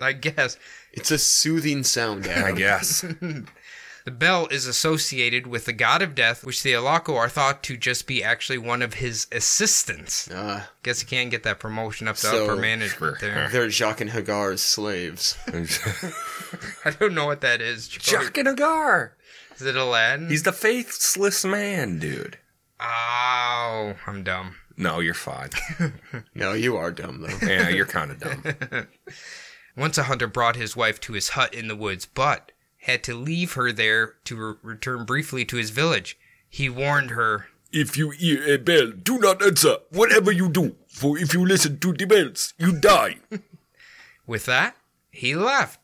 [SPEAKER 3] I guess
[SPEAKER 5] It's a soothing sound,
[SPEAKER 4] I
[SPEAKER 6] [laughs]
[SPEAKER 5] Adam.
[SPEAKER 4] guess.
[SPEAKER 3] the bell is associated with the god of death, which the Alaco are thought to just be actually one of his assistants.
[SPEAKER 5] Uh,
[SPEAKER 3] Guess he can't get that promotion up to
[SPEAKER 5] So-
[SPEAKER 3] upper management there.
[SPEAKER 5] [laughs] they're Jacques and Hagar's slaves.
[SPEAKER 3] I don't know what that is. Joey.
[SPEAKER 4] Jock and Agar.
[SPEAKER 3] Is it Aladdin?
[SPEAKER 4] He's the faithless man, dude.
[SPEAKER 3] Ow, I'm dumb.
[SPEAKER 4] No, you're fine.
[SPEAKER 5] No, you are
[SPEAKER 3] [laughs]
[SPEAKER 5] dumb though.
[SPEAKER 4] Yeah, you're kind of dumb.
[SPEAKER 3] Once a hunter brought his wife to his hut in the woods, but had to leave her there to re- return briefly to his village. He warned her.
[SPEAKER 6] If you hear a bell, do not answer, whatever you do, for if you listen to the bells, you die.
[SPEAKER 3] With that, he left.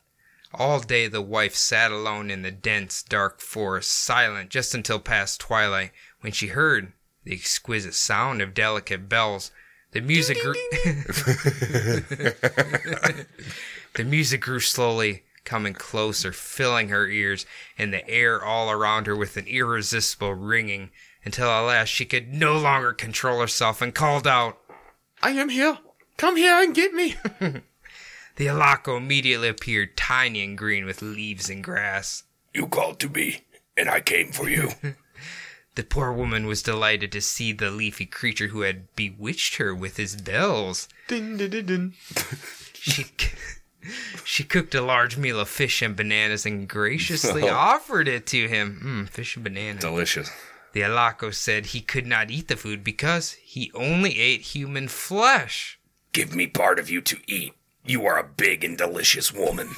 [SPEAKER 3] All day the wife sat alone in the dense, dark forest, silent just until past twilight, when she heard the exquisite sound of delicate bells. The music grew. [laughs] the music grew slowly, coming closer, filling her ears, and the air all around her with an irresistible ringing, until at last she could no longer control herself and called out.
[SPEAKER 5] I am here. Come here and get me.
[SPEAKER 3] The Alaco immediately appeared, tiny and green with leaves and grass.
[SPEAKER 6] You called to me, and I came for you.
[SPEAKER 3] The poor woman was delighted to see the leafy creature who had bewitched her with his bells.
[SPEAKER 5] Dun, dun, dun, dun.
[SPEAKER 3] She, she cooked a large meal of fish and bananas and graciously offered it to him. Mm, fish and bananas.
[SPEAKER 4] Delicious.
[SPEAKER 3] The Alaco said he could not eat the food because he only ate human flesh.
[SPEAKER 6] Give me part of you to eat. You are a big and delicious woman.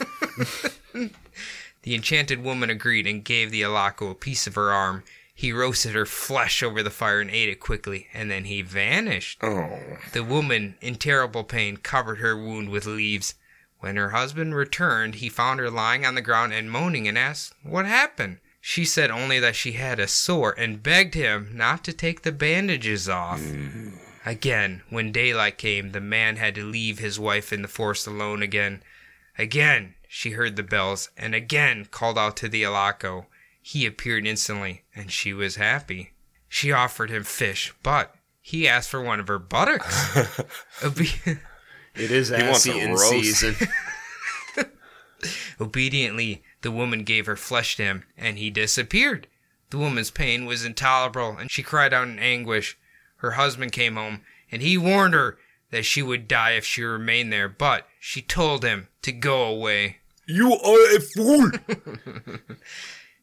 [SPEAKER 3] The enchanted woman agreed and gave the Alaco a piece of her arm. He roasted her flesh over the fire and ate it quickly, and then he vanished.
[SPEAKER 4] Oh,
[SPEAKER 3] The woman, in terrible pain, covered her wound with leaves. When her husband returned, he found her lying on the ground and moaning and asked what happened. She said only that she had a sore and begged him not to take the bandages off. Again, when daylight came, the man had to leave his wife in the forest alone again. Again, she heard the bells and again called out to the Alaco. He appeared instantly, and she was happy. She offered him fish, but he asked for one of her buttocks. Obe- [laughs]
[SPEAKER 5] It is
[SPEAKER 4] wants
[SPEAKER 5] assy
[SPEAKER 4] a
[SPEAKER 5] in
[SPEAKER 4] roast. [laughs]
[SPEAKER 5] season.
[SPEAKER 3] Obediently, the woman gave her flesh to him, and he disappeared. The woman's pain was intolerable, and she cried out in anguish. Her husband came home, and he warned her that she would die if she remained there, but she told him to go away.
[SPEAKER 6] You are a fool.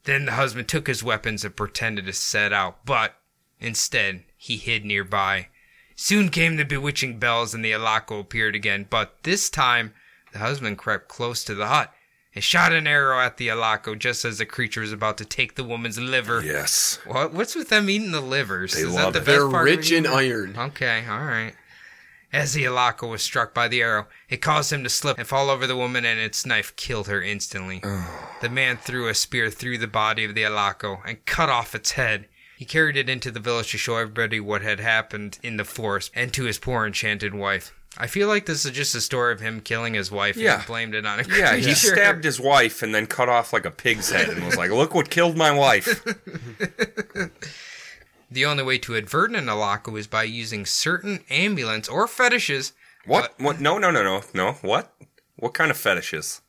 [SPEAKER 3] Then the husband took his weapons and pretended to set out, but instead he hid nearby. Soon came the bewitching bells, and the Alaco appeared again, but this time the husband crept close to the hut and shot an arrow at the Alaco just as the creature was about to take the woman's liver.
[SPEAKER 4] Yes.
[SPEAKER 3] What? What's with them eating the livers?
[SPEAKER 4] They
[SPEAKER 3] Is
[SPEAKER 4] love
[SPEAKER 3] that the best
[SPEAKER 4] it.
[SPEAKER 5] They're
[SPEAKER 3] part of
[SPEAKER 5] rich in
[SPEAKER 3] eating-
[SPEAKER 5] iron.
[SPEAKER 3] Okay, all right. As the Alaka was struck by the arrow, it caused him to slip and fall over the woman, and its knife killed her instantly. the man threw a spear through the body of the Alaco and cut off its head. He carried it into the village to show everybody what had happened in the forest and to his poor enchanted wife. I feel like this is just a story of him killing his wife and
[SPEAKER 4] Yeah.
[SPEAKER 3] he blamed it on a creature.
[SPEAKER 4] Yeah, he stabbed his wife and then cut off like a pig's head and was like, "Look what killed my wife."
[SPEAKER 3] The only way to advert an Alaco is by using certain ambulance or fetishes
[SPEAKER 4] What? What? No, no, no, no, no. What? What kind of fetishes?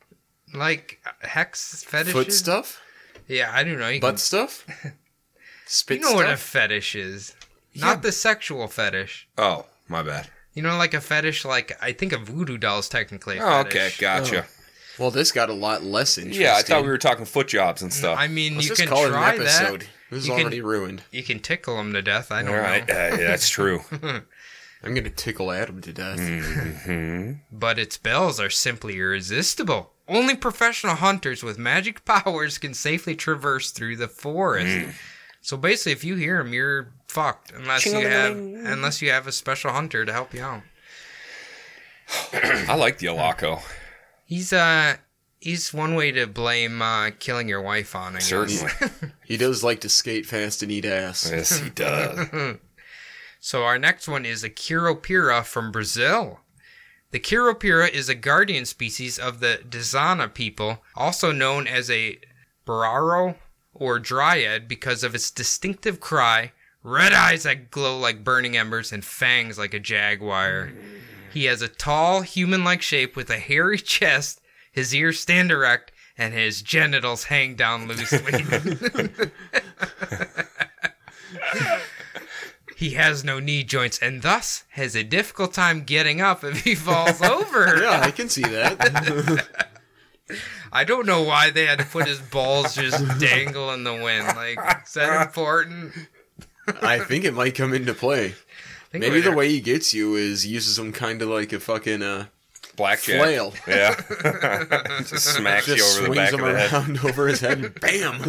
[SPEAKER 3] like hex fetishes.
[SPEAKER 5] Foot stuff?
[SPEAKER 3] Yeah, I don't know. You can
[SPEAKER 5] Butt stuff? Spit
[SPEAKER 3] You know what a
[SPEAKER 5] stuff?
[SPEAKER 3] fetish is. Not the sexual fetish.
[SPEAKER 4] Oh, my bad.
[SPEAKER 3] You know, like a fetish, like I think a voodoo doll is technically a
[SPEAKER 4] Oh, okay,
[SPEAKER 3] fetish.
[SPEAKER 4] gotcha.
[SPEAKER 5] well, this got a lot less interesting.
[SPEAKER 4] Yeah, I thought we were talking foot jobs and stuff.
[SPEAKER 3] I mean,
[SPEAKER 5] Let's
[SPEAKER 3] you
[SPEAKER 5] just
[SPEAKER 3] can
[SPEAKER 5] call it an
[SPEAKER 3] try
[SPEAKER 5] episode.
[SPEAKER 3] that.
[SPEAKER 5] This is
[SPEAKER 3] You can-
[SPEAKER 5] already ruined.
[SPEAKER 3] You can tickle them to death. I don't
[SPEAKER 4] All right,
[SPEAKER 3] know.
[SPEAKER 4] uh, yeah, that's true.
[SPEAKER 5] I'm gonna tickle Adam to death.
[SPEAKER 4] Hmm.
[SPEAKER 3] But its bells are simply irresistible. Only professional hunters with magic [laughs] powers can safely traverse through the forest.
[SPEAKER 5] Mm.
[SPEAKER 3] So basically, if you hear them, you're fucked unless you have unless you have a special hunter to help you out.
[SPEAKER 4] I like the Alaco.
[SPEAKER 3] He's uh he's one way to blame uh, killing your wife on. I guess.
[SPEAKER 4] Certainly.
[SPEAKER 5] He does like to skate fast and eat ass.
[SPEAKER 4] yes, he does.
[SPEAKER 3] So our next one is a Quiropira from Brazil. The Quiropira is a guardian species of the Dizana people, also known as a Bararo or Dryad because of its distinctive cry, red eyes that glow like burning embers, and fangs like a jaguar. He has a tall, human like shape with a hairy [laughs] chest, his ears stand erect, and his genitals hang down loosely. He has no knee joints and thus has a difficult time getting up if he falls over.
[SPEAKER 5] [laughs] Yeah, I can see that. [laughs]
[SPEAKER 3] I don't know why they had to put his balls just dangle in the wind. Like, is that important?
[SPEAKER 5] I think it might come into play.
[SPEAKER 3] I think
[SPEAKER 5] Maybe the
[SPEAKER 3] we're-
[SPEAKER 5] way he gets you is he uses him kind of like a fucking uh,
[SPEAKER 4] Blackjack.
[SPEAKER 5] flail.
[SPEAKER 4] Yeah. [laughs] Just smacks you
[SPEAKER 5] Just
[SPEAKER 4] over the
[SPEAKER 5] swings
[SPEAKER 4] back of
[SPEAKER 5] him
[SPEAKER 4] the head.
[SPEAKER 5] around [laughs] over his head
[SPEAKER 4] [laughs]
[SPEAKER 5] and bam!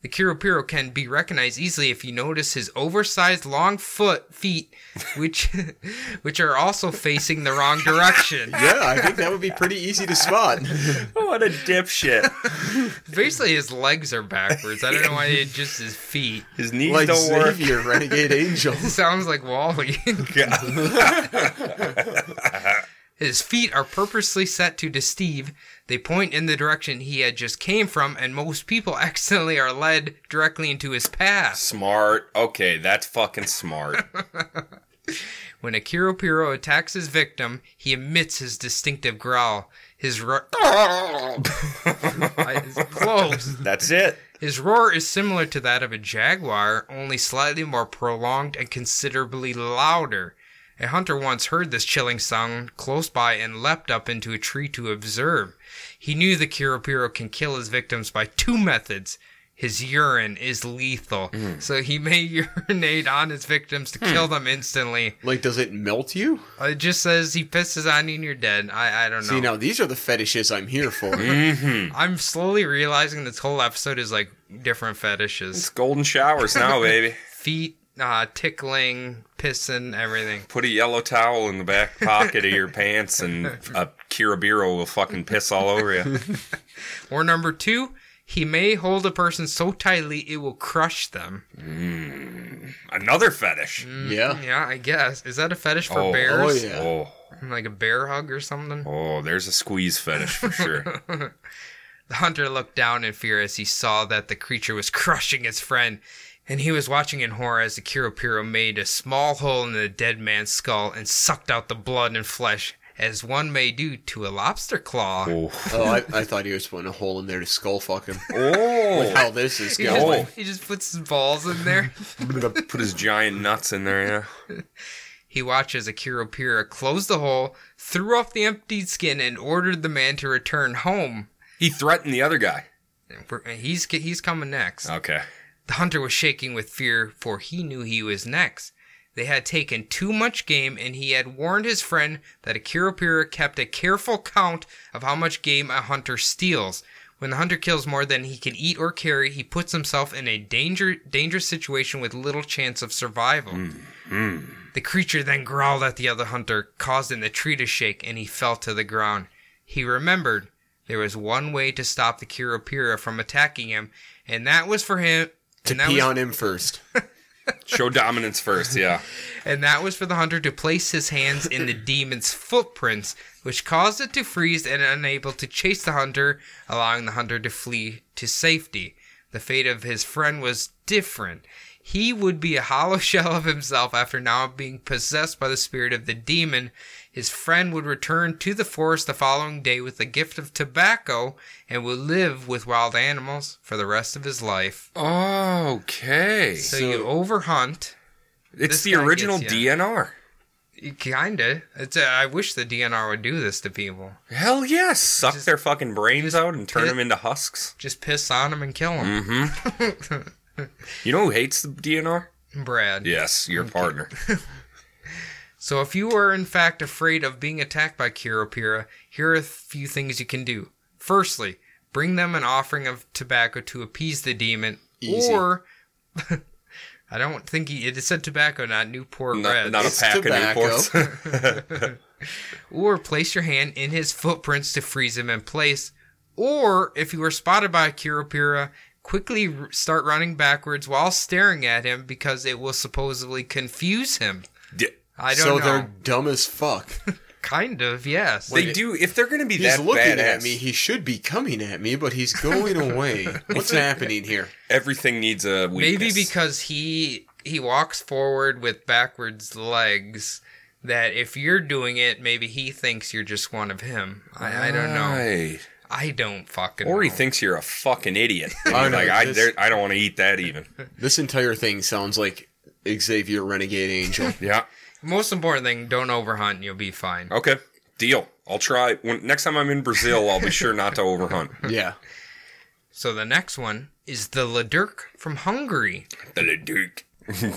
[SPEAKER 3] the Kiropiro can be recognized easily if you notice his oversized long foot feet, which [laughs] which are also facing the wrong
[SPEAKER 5] [laughs]
[SPEAKER 3] direction.
[SPEAKER 5] Yeah, I think that would be pretty easy to spot.
[SPEAKER 4] What a dipshit.
[SPEAKER 3] Basically, his legs are backwards. I don't know why it's just his feet. [laughs]
[SPEAKER 4] His knees
[SPEAKER 5] like
[SPEAKER 4] don't work.
[SPEAKER 5] Xavier, Renegade Angel.
[SPEAKER 3] It sounds like Wally. [laughs]
[SPEAKER 4] Yeah.
[SPEAKER 3] His feet are purposely set to deceive. They point in the direction he had just came from, and most people [laughs] accidentally are led directly into his path.
[SPEAKER 4] [laughs] Smart. Okay, that's fucking smart.
[SPEAKER 3] When a Kiropiro attacks his victim, he emits his distinctive growl. His roar. close.
[SPEAKER 4] That's it.
[SPEAKER 3] His roar is similar to that of a jaguar, only slightly more prolonged and considerably louder. A hunter once heard this chilling sound close by and leapt up into a tree to observe. He knew the Kiropiro can kill his victims by two methods. His urine is lethal, so he may [laughs] urinate on his victims to kill them instantly.
[SPEAKER 5] Like, does it melt you?
[SPEAKER 3] Uh, It just says he pisses on you and you're dead. I, I don't know.
[SPEAKER 5] See, now these are the fetishes I'm here for.
[SPEAKER 3] I'm slowly realizing this whole episode is like different fetishes.
[SPEAKER 4] It's golden showers now, baby.
[SPEAKER 3] feet uh, tickling, pissing, everything.
[SPEAKER 4] Put a yellow towel in the back pocket of your pants, and a Kiribiro will fucking piss all over you.
[SPEAKER 3] Or number two, he may hold a person so tightly it will crush them.
[SPEAKER 4] Another fetish.
[SPEAKER 5] yeah.
[SPEAKER 3] Yeah, I guess. Is that a fetish Mm, for
[SPEAKER 4] Oh,
[SPEAKER 5] Oh,
[SPEAKER 3] bears?
[SPEAKER 5] yeah.
[SPEAKER 4] Oh,
[SPEAKER 3] Like a bear hug or something?
[SPEAKER 4] oh, there's a squeeze fetish for
[SPEAKER 3] [laughs]
[SPEAKER 4] sure.
[SPEAKER 3] The hunter looked down in fear as he saw that the creature was [laughs] crushing his friend, and he was watching in horror as the Kiropiro made a small hole in the dead man's skull and sucked out the blood and flesh, as one may do to a lobster claw.
[SPEAKER 4] Oh,
[SPEAKER 5] Oh, I, I thought he was putting a hole in there to skull fuck him. [laughs]
[SPEAKER 4] oh.
[SPEAKER 5] How this is
[SPEAKER 3] He, just,
[SPEAKER 5] going.
[SPEAKER 3] he just puts his balls in there.
[SPEAKER 4] Put his giant nuts in there. Yeah.
[SPEAKER 3] He watched as Akira Pira closed the hole, threw off the emptied skin, and ordered the man to return home.
[SPEAKER 4] He threatened the other guy.
[SPEAKER 3] And we're- and He's
[SPEAKER 4] Uh.
[SPEAKER 3] he's coming next.
[SPEAKER 4] Okay.
[SPEAKER 3] The hunter was shaking with fear, for he knew he was next. They had taken too much game, and he had warned his friend that a Kiropira kept a careful count of how much game a hunter steals. When the hunter kills more than he can eat or carry, he puts himself in a danger, dangerous situation with little chance of survival.
[SPEAKER 5] Mm-hmm.
[SPEAKER 3] The creature then growled at the other hunter, causing the tree to shake, and he fell to the ground. He remembered there was one way to stop the Kiropira from attacking him, and that was for him.
[SPEAKER 5] To
[SPEAKER 3] and that
[SPEAKER 5] pee
[SPEAKER 3] was,
[SPEAKER 5] on him first.
[SPEAKER 4] Show dominance
[SPEAKER 3] [laughs]
[SPEAKER 4] first, yeah.
[SPEAKER 3] and that was for the hunter to place his hands in the demon's footprints, which caused it to freeze and unable to chase the hunter, allowing the hunter to flee to safety. The fate of his friend was different. He would be a hollow [laughs] shell of himself after now being possessed by the spirit of the demon. His friend would return to the forest the following day with the gift of tobacco and would live with wild animals for the rest of his life.
[SPEAKER 4] Okay.
[SPEAKER 3] So, you overhunt.
[SPEAKER 4] it's
[SPEAKER 3] this
[SPEAKER 4] the
[SPEAKER 3] guy
[SPEAKER 4] original
[SPEAKER 3] gets ya.
[SPEAKER 4] DNR.
[SPEAKER 3] Kinda. It's. A, I wish the DNR would do this to people.
[SPEAKER 4] Hell yes. Suck
[SPEAKER 3] Just-
[SPEAKER 4] their fucking brains out and turn
[SPEAKER 3] pit-
[SPEAKER 4] them into husks.
[SPEAKER 3] Just piss on them and kill them.
[SPEAKER 4] You know who hates the DNR?
[SPEAKER 3] Brad.
[SPEAKER 4] Yes, your partner.
[SPEAKER 3] So if you are in fact afraid of being attacked by Kiropira, here are a few things you can do. Firstly, bring them an offering of tobacco to appease the demon,
[SPEAKER 5] Easy.
[SPEAKER 3] or [laughs] I don't think he, it said tobacco, not Newport
[SPEAKER 4] not,
[SPEAKER 3] Reds.
[SPEAKER 4] not a
[SPEAKER 5] It's
[SPEAKER 4] pack
[SPEAKER 5] tobacco.
[SPEAKER 4] of Newports.
[SPEAKER 3] or place your hand in his footprints to freeze him in place, or if you were spotted by a Kiropira, quickly r- start running backwards while staring at him because it will supposedly confuse him.
[SPEAKER 4] [laughs] D-
[SPEAKER 3] I don't
[SPEAKER 5] So
[SPEAKER 3] know.
[SPEAKER 5] they're dumb as fuck.
[SPEAKER 3] kind of yes.
[SPEAKER 4] they do. If they're going to be
[SPEAKER 5] He's
[SPEAKER 4] that
[SPEAKER 5] looking
[SPEAKER 4] badass,
[SPEAKER 5] at me. He should be coming at me, but he's going away. What's happening here?
[SPEAKER 4] everything needs a weakness.
[SPEAKER 3] Maybe because he he walks forward with backwards legs. That if you're doing it, maybe he thinks you're just one of him. I, I don't know.
[SPEAKER 4] Right.
[SPEAKER 3] I don't fucking.
[SPEAKER 4] Or he
[SPEAKER 3] know.
[SPEAKER 4] thinks you're a fucking idiot. And
[SPEAKER 5] I
[SPEAKER 4] you're
[SPEAKER 5] know,
[SPEAKER 4] like, I,
[SPEAKER 5] this-
[SPEAKER 4] there, I don't want to eat that even.
[SPEAKER 5] [laughs] This entire thing sounds like Xavier Renegade Angel.
[SPEAKER 4] Yeah.
[SPEAKER 3] Most important thing: don't overhunt. and You'll be fine.
[SPEAKER 4] Okay. Deal. I'll try. When, next time I'm in Brazil, I'll be sure not to overhunt.
[SPEAKER 5] [laughs] yeah.
[SPEAKER 3] So the next one is the Ladurk from Hungary.
[SPEAKER 4] The Leduc.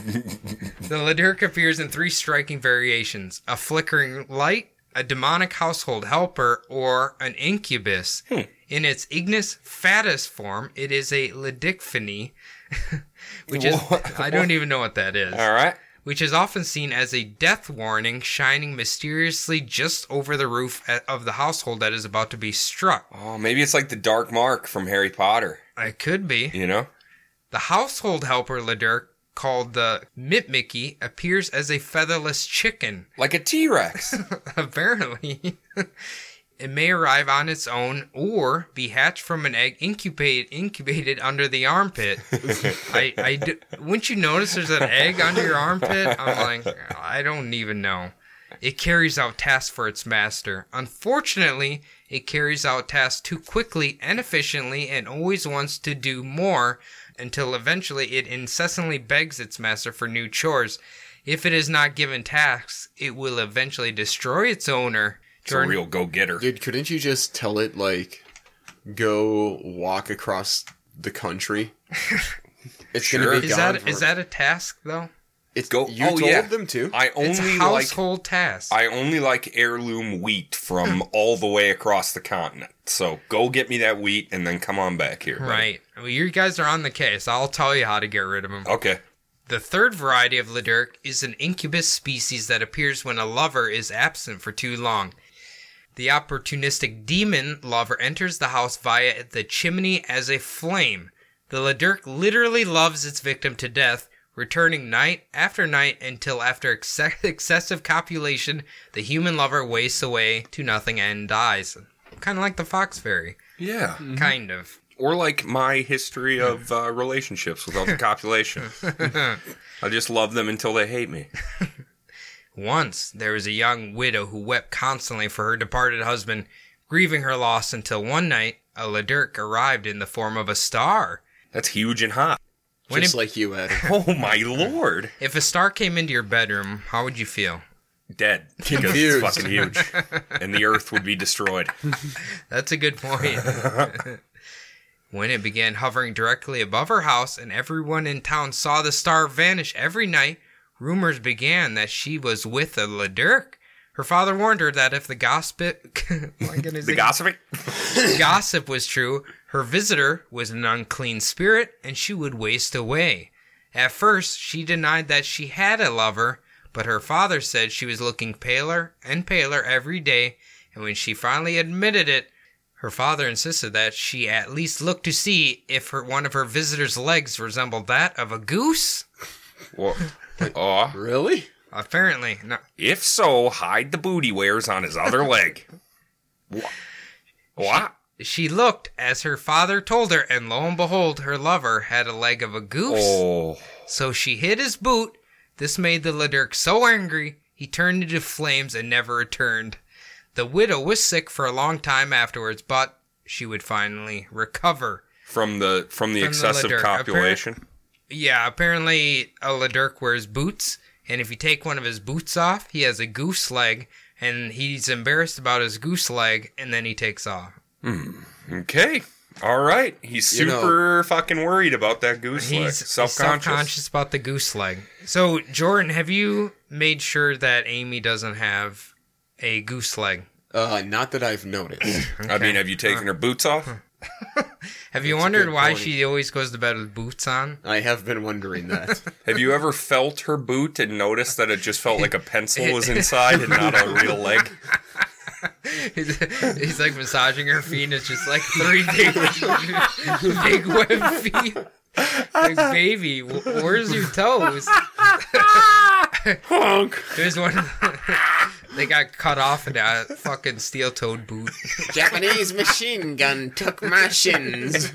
[SPEAKER 3] The Ladurk appears in three striking variations a flickering light, a demonic household helper, or an incubus.
[SPEAKER 4] Hmm.
[SPEAKER 3] In its ignis fatus form, it is a Ladicphany, [laughs] which is,
[SPEAKER 4] [laughs] What?
[SPEAKER 3] I don't even know what that is,
[SPEAKER 4] All right.
[SPEAKER 3] which is often seen as a death warning shining mysteriously just over the roof a- of the household that is about to be struck.
[SPEAKER 4] Oh, maybe it's like the Dark Mark from Harry Potter.
[SPEAKER 3] It could be.
[SPEAKER 4] You know?
[SPEAKER 3] The household helper Ladurk, called the Mitmickey, appears as a featherless chicken. [laughs]
[SPEAKER 4] Like a T Rex.
[SPEAKER 3] Apparently. it may arrive on its own or be hatched from an egg incubated incubated under the armpit. I, I d- wouldn't you notice there's an egg under your armpit? I'm like, I don't even know. It carries out tasks for its master. Unfortunately, it carries out tasks too quickly and efficiently and always wants to do more until eventually it incessantly begs its master for new chores. If it is not given tasks, it will eventually destroy its owner.
[SPEAKER 4] it's a
[SPEAKER 3] Jordan-
[SPEAKER 4] real go getter.
[SPEAKER 5] Dude, couldn't you just tell it, like, go walk across
[SPEAKER 4] [laughs]
[SPEAKER 5] the country? It's
[SPEAKER 4] Sure.
[SPEAKER 5] gonna be
[SPEAKER 3] Is
[SPEAKER 5] gone
[SPEAKER 3] that
[SPEAKER 5] for-
[SPEAKER 3] is that a task though?
[SPEAKER 5] it's,
[SPEAKER 4] Go-
[SPEAKER 5] You
[SPEAKER 4] oh,
[SPEAKER 5] told
[SPEAKER 4] yeah.
[SPEAKER 5] them to.
[SPEAKER 4] I
[SPEAKER 3] It's a
[SPEAKER 4] only like
[SPEAKER 3] household task.
[SPEAKER 4] I only like heirloom wheat from all the way across the continent. So go get me that wheat and then come on back here. buddy.
[SPEAKER 3] right. Well, you guys are on the case. I'll tell you how to get rid of them.
[SPEAKER 4] Okay.
[SPEAKER 3] The third variety of Ladurk is an incubus species that appears when a lover is absent for too long. The opportunistic demon lover enters the house via the chimney as a flame. The Ladurk literally loves its victim to death, returning night after night until, after ex- excessive copulation, the human lover wastes away to nothing and dies. Kind of like the fox fairy.
[SPEAKER 4] Yeah.
[SPEAKER 3] Kind of.
[SPEAKER 4] Or like my history of uh, relationships without the copulation. I just love them until they hate me.
[SPEAKER 3] Once there was a young widow who wept constantly for her departed husband, grieving her loss until one night a Ladurk arrived in the form of a star.
[SPEAKER 4] That's huge and hot.
[SPEAKER 3] When
[SPEAKER 5] Just
[SPEAKER 3] it-
[SPEAKER 5] like you, Adam.
[SPEAKER 4] Oh my lord.
[SPEAKER 3] If a star came into your bedroom, how would you feel?
[SPEAKER 4] Dead. Because it's
[SPEAKER 5] Confused.
[SPEAKER 4] fucking huge. And the earth would be destroyed.
[SPEAKER 3] That's a good point. when it began hovering directly above her house and everyone in town saw the star vanish every night, rumors began that she was with a Ladurk. Her father warned her that if the gossip, [laughs]
[SPEAKER 4] The gossiping?
[SPEAKER 3] gossip was true, her visitor was an unclean spirit and she would waste away. At first, she denied that she had a lover, but her father said she was looking paler and paler every day, and when she finally admitted it, her father insisted that she at least look to see if her, one of her visitor's legs resembled that of a goose.
[SPEAKER 4] Well, aw.
[SPEAKER 5] Really?
[SPEAKER 3] Apparently, no,
[SPEAKER 4] If so, hide the booty wares on his other leg. Wha- What?
[SPEAKER 3] she looked as her father told her, and lo and behold, her lover had a leg of a goose.
[SPEAKER 4] Oh.
[SPEAKER 3] So she hit his boot. This made the Ladurk so angry, he turned into flames and never returned. The widow was sick for a long time afterwards, but she would finally recover.
[SPEAKER 4] From the from the
[SPEAKER 3] From the
[SPEAKER 4] excessive
[SPEAKER 3] litter.
[SPEAKER 4] copulation.
[SPEAKER 3] Yeah, apparently a Ladurk wears boots, and if you take one of his boots off, he has a goose leg, and he's embarrassed about his goose leg, and then he takes off.
[SPEAKER 4] Okay. All right. He's
[SPEAKER 5] You know-
[SPEAKER 4] super fucking worried about that goose leg.
[SPEAKER 3] He's
[SPEAKER 4] Self
[SPEAKER 3] self-conscious.
[SPEAKER 4] conscious.
[SPEAKER 3] about the goose leg. So, Jordan, have you made sure that Amy doesn't have a goose leg?
[SPEAKER 5] Uh, not that I've noticed.
[SPEAKER 4] [laughs] I mean, have you taken her boots off?
[SPEAKER 3] Have you
[SPEAKER 5] That's a
[SPEAKER 3] wondered
[SPEAKER 5] good
[SPEAKER 3] why
[SPEAKER 5] point.
[SPEAKER 3] she always goes to bed with boots on? [laughs]
[SPEAKER 5] I have been wondering that.
[SPEAKER 4] [laughs] Have you ever felt her boot and noticed that it just felt like a pencil was inside and not a real leg?
[SPEAKER 3] He's, he's like massaging her feet, and it's just like three big, [laughs] big web feet. Like, baby, wh- where's your toes?
[SPEAKER 4] Honk.
[SPEAKER 3] [laughs] There's one. they got cut off in a fucking steel toed boot.
[SPEAKER 5] Japanese machine gun took my shins.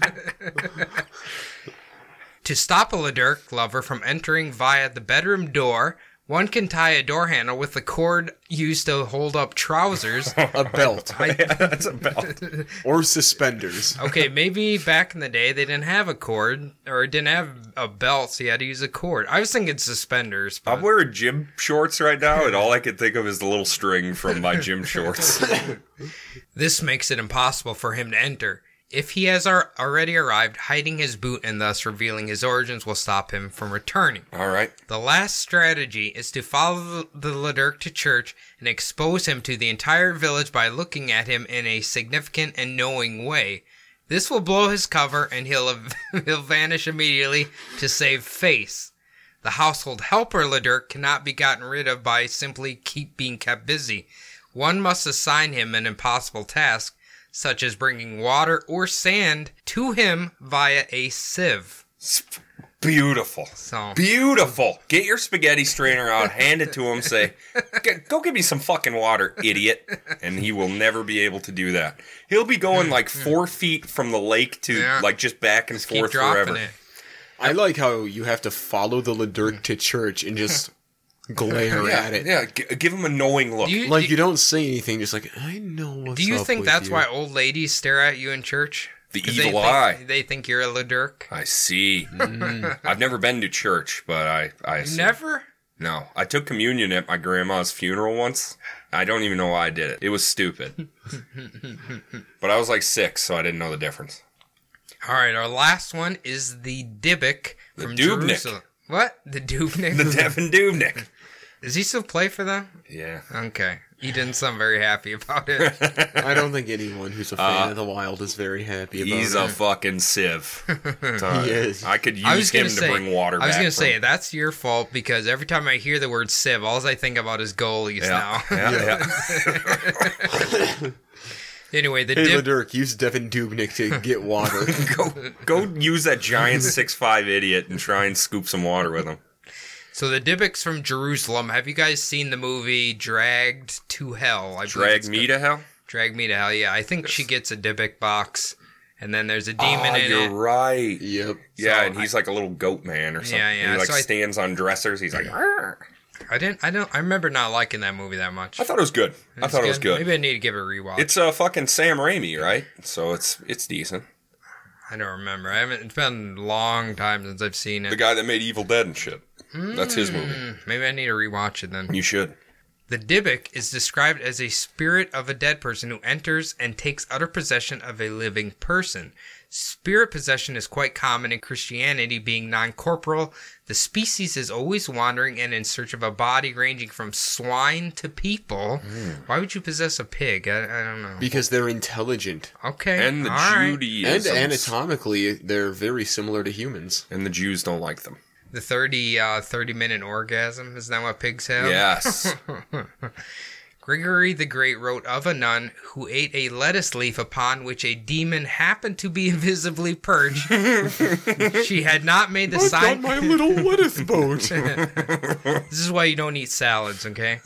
[SPEAKER 3] To stop a Ladurk lover from entering via the bedroom door, one can tie a door handle with the cord used to hold up trousers
[SPEAKER 5] A
[SPEAKER 4] [laughs]
[SPEAKER 5] belt
[SPEAKER 4] That's a belt.
[SPEAKER 5] [laughs] or suspenders.
[SPEAKER 3] Okay, maybe back in the day they didn't have a cord or didn't have a belt, so you had to use a cord. I was thinking suspenders. But
[SPEAKER 4] I'm wearing gym shorts right now, and all I can think of is the little string from my gym shorts.
[SPEAKER 3] this makes it impossible for him to enter. If he has ar- already arrived, hiding his boot and thus revealing his origins will stop him from returning.
[SPEAKER 4] All right.
[SPEAKER 3] The last strategy is to follow the Ladurk to church and expose him to the entire village by looking at him in a significant and knowing way. This will blow his cover and he'll, [laughs] he'll vanish immediately to save face. The household helper Ladurk cannot be gotten rid of by simply keep being kept busy. One must assign him an impossible task, such as bringing water or sand to him via a sieve.
[SPEAKER 4] Beautiful.
[SPEAKER 3] So,
[SPEAKER 4] Beautiful. Get your spaghetti strainer out, hand it to him, say, "G- Go give me some fucking water, idiot. And he will never be able to do that. He'll be going like four feet from the lake to
[SPEAKER 3] Yeah.
[SPEAKER 4] like just back and
[SPEAKER 3] keep
[SPEAKER 4] forth
[SPEAKER 3] dropping
[SPEAKER 4] forever.
[SPEAKER 3] it.
[SPEAKER 5] I like how you have to follow the Ladurk to church and just
[SPEAKER 4] [laughs]
[SPEAKER 5] glare
[SPEAKER 4] Yeah,
[SPEAKER 5] at it.
[SPEAKER 4] yeah. G- give him a knowing look.
[SPEAKER 3] Do you-
[SPEAKER 5] Like
[SPEAKER 3] [laughs] do-
[SPEAKER 5] you don't say anything, just like I know what's
[SPEAKER 3] Do you
[SPEAKER 5] up
[SPEAKER 3] think
[SPEAKER 5] with
[SPEAKER 3] that's
[SPEAKER 5] you."
[SPEAKER 3] why old ladies stare at you in church?
[SPEAKER 4] The
[SPEAKER 3] 'Cause
[SPEAKER 4] evil
[SPEAKER 3] they think,
[SPEAKER 4] eye.
[SPEAKER 3] They think you're a Ladurk.
[SPEAKER 4] I see. [laughs] I've never been to church, but I, I assume-
[SPEAKER 3] Never?
[SPEAKER 4] No, I took communion at my grandma's funeral once. I don't even know why I did it. It
[SPEAKER 3] [laughs]
[SPEAKER 4] was stupid. but I was like six, so I didn't know the difference.
[SPEAKER 3] All right, our last one is the Dybbuk from
[SPEAKER 4] Dubnik.
[SPEAKER 3] Jerusalem. What? The Dubnik?
[SPEAKER 4] [laughs] The Devin Dubnik.
[SPEAKER 3] Does he still play for them?
[SPEAKER 4] Yeah.
[SPEAKER 3] Okay. He didn't sound very happy about
[SPEAKER 4] [laughs]
[SPEAKER 3] it.
[SPEAKER 5] I don't think anyone
[SPEAKER 3] [laughs]
[SPEAKER 5] who's a
[SPEAKER 3] Uh,
[SPEAKER 5] fan of the Wild is very happy about
[SPEAKER 4] He's
[SPEAKER 5] it.
[SPEAKER 4] a
[SPEAKER 3] [laughs]
[SPEAKER 4] fucking sieve.
[SPEAKER 5] He is.
[SPEAKER 4] I could
[SPEAKER 3] I was
[SPEAKER 4] use him
[SPEAKER 3] gonna
[SPEAKER 4] to
[SPEAKER 3] say,
[SPEAKER 4] bring water
[SPEAKER 3] I was
[SPEAKER 4] back
[SPEAKER 3] gonna
[SPEAKER 4] from-
[SPEAKER 3] say that's your fault because every time I hear the word sieve, all I think about is goalies
[SPEAKER 4] [laughs] Yeah.
[SPEAKER 3] now.
[SPEAKER 4] yeah,
[SPEAKER 3] [laughs]
[SPEAKER 4] yeah.
[SPEAKER 3] anyway, the
[SPEAKER 5] Hey
[SPEAKER 3] Dyb-
[SPEAKER 5] Ladurk, use Devin Dubnik to
[SPEAKER 3] [laughs]
[SPEAKER 5] get water.
[SPEAKER 4] [laughs] go, go use that giant six five idiot and try and scoop some water with him.
[SPEAKER 3] so the Dybbuk's from Jerusalem. Have you guys seen the movie Dragged to Hell? I believe it's
[SPEAKER 4] Drag
[SPEAKER 3] called-
[SPEAKER 4] me to hell?
[SPEAKER 3] Drag me to hell, yeah. I think she gets a Dybbuk box, and then there's a demon
[SPEAKER 4] Ah,
[SPEAKER 3] in
[SPEAKER 4] you're
[SPEAKER 3] it.
[SPEAKER 4] right.
[SPEAKER 5] yep.
[SPEAKER 4] Yeah, and he's like a little goat man or something.
[SPEAKER 3] Yeah, yeah,
[SPEAKER 4] He like
[SPEAKER 3] so I-
[SPEAKER 4] stands on dressers. He's like, "Arr."
[SPEAKER 3] I didn't, I don't, I remember not liking that movie that much.
[SPEAKER 4] I thought it was good. I thought it was good.
[SPEAKER 3] Maybe I need to give it a rewatch.
[SPEAKER 4] It's uh, fucking Sam Raimi, right? So it's it's decent.
[SPEAKER 3] I don't remember. I haven't. It's been a long time since I've seen
[SPEAKER 4] The
[SPEAKER 3] it.
[SPEAKER 4] guy that made Evil Dead and shit. That's his movie.
[SPEAKER 3] Maybe I need to rewatch it then.
[SPEAKER 4] You should.
[SPEAKER 3] The Dybbuk is described as a spirit of a dead person who enters and takes utter possession of a living person. Spirit possession is quite common in Christianity, being non corporal. The species is always wandering and in search of a body ranging from swine to people.
[SPEAKER 4] Hmm.
[SPEAKER 3] Why would you possess a pig? I, I don't know.
[SPEAKER 5] because they're intelligent
[SPEAKER 3] Okay.
[SPEAKER 4] And the
[SPEAKER 3] all right.
[SPEAKER 4] Judaisms.
[SPEAKER 5] and anatomically they're very similar to humans.
[SPEAKER 4] And the Jews don't like them.
[SPEAKER 3] The 30, uh, 30 minute orgasm. Is that what pigs have? [laughs]
[SPEAKER 4] Yes.
[SPEAKER 3] Gregory the Great wrote of a nun who ate a lettuce leaf upon which a demon happened to be [laughs] invisibly
[SPEAKER 5] [laughs]
[SPEAKER 3] perched. she had not made the sign.
[SPEAKER 5] little lettuce boat.
[SPEAKER 3] [laughs] This is why you don't eat salads,
[SPEAKER 5] [laughs]
[SPEAKER 3] okay?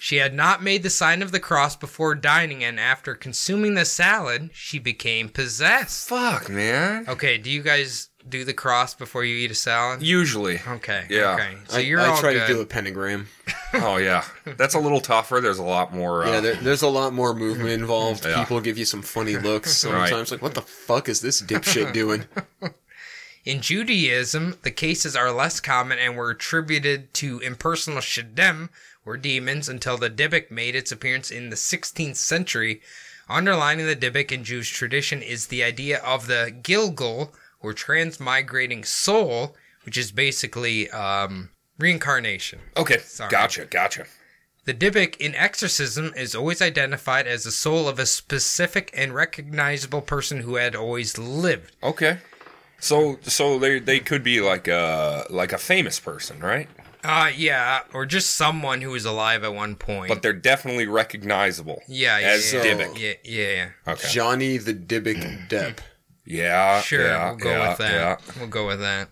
[SPEAKER 3] she had not made the sign of the cross before dining, and after consuming the salad, she became possessed.
[SPEAKER 4] Fuck, man.
[SPEAKER 3] Okay, do you guys do the cross before you eat a salad?
[SPEAKER 4] Usually.
[SPEAKER 3] Okay.
[SPEAKER 4] Yeah.
[SPEAKER 3] Okay. So
[SPEAKER 5] I,
[SPEAKER 3] you're
[SPEAKER 5] I
[SPEAKER 3] all
[SPEAKER 5] try
[SPEAKER 3] good.
[SPEAKER 5] to do a pentagram.
[SPEAKER 4] Oh, yeah. That's a little tougher. There's a lot more.
[SPEAKER 3] Oh.
[SPEAKER 4] Uh,
[SPEAKER 5] Yeah, there, there's a lot
[SPEAKER 3] [laughs]
[SPEAKER 5] more movement involved.
[SPEAKER 4] Yeah.
[SPEAKER 5] People give you some funny looks
[SPEAKER 4] Right.
[SPEAKER 5] sometimes. Like, what the fuck is this dipshit doing?
[SPEAKER 3] [laughs] In Judaism, the cases are less common and were attributed to impersonal shadim, or demons, until the Dybbuk made its appearance in the 16th century. Underlining the Dybbuk in Jewish tradition is the idea of the Gilgal, or transmigrating soul, which is basically um, reincarnation.
[SPEAKER 4] okay.
[SPEAKER 3] Sorry.
[SPEAKER 4] Gotcha. Gotcha.
[SPEAKER 3] The Dybbuk in exorcism is always identified as the soul of a specific and recognizable person who had always lived.
[SPEAKER 4] Okay. So, so they they could be like a like a famous person, right?
[SPEAKER 3] Uh, yeah, or just someone who was alive at one point.
[SPEAKER 4] But they're definitely recognizable.
[SPEAKER 3] yeah, yeah,
[SPEAKER 4] as
[SPEAKER 3] yeah,
[SPEAKER 4] Dybbuk.
[SPEAKER 3] yeah, yeah,
[SPEAKER 4] Okay.
[SPEAKER 5] Johnny
[SPEAKER 3] [laughs]
[SPEAKER 5] the Dybbuk Depp.
[SPEAKER 4] yeah.
[SPEAKER 3] Sure,
[SPEAKER 4] yeah,
[SPEAKER 3] we'll go
[SPEAKER 4] yeah,
[SPEAKER 3] with that. We'll go with that.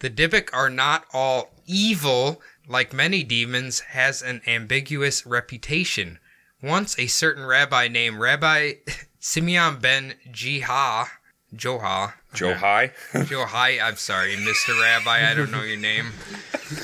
[SPEAKER 3] The Dybbuk are not all evil, like many demons, has an ambiguous reputation. Once a certain rabbi named Rabbi [laughs] Simeon ben Jiha, Joha,
[SPEAKER 4] Yeah.
[SPEAKER 3] [laughs]
[SPEAKER 4] Joe High.
[SPEAKER 3] Joe, hi. I'm sorry, Mr. Rabbi. I don't know your name.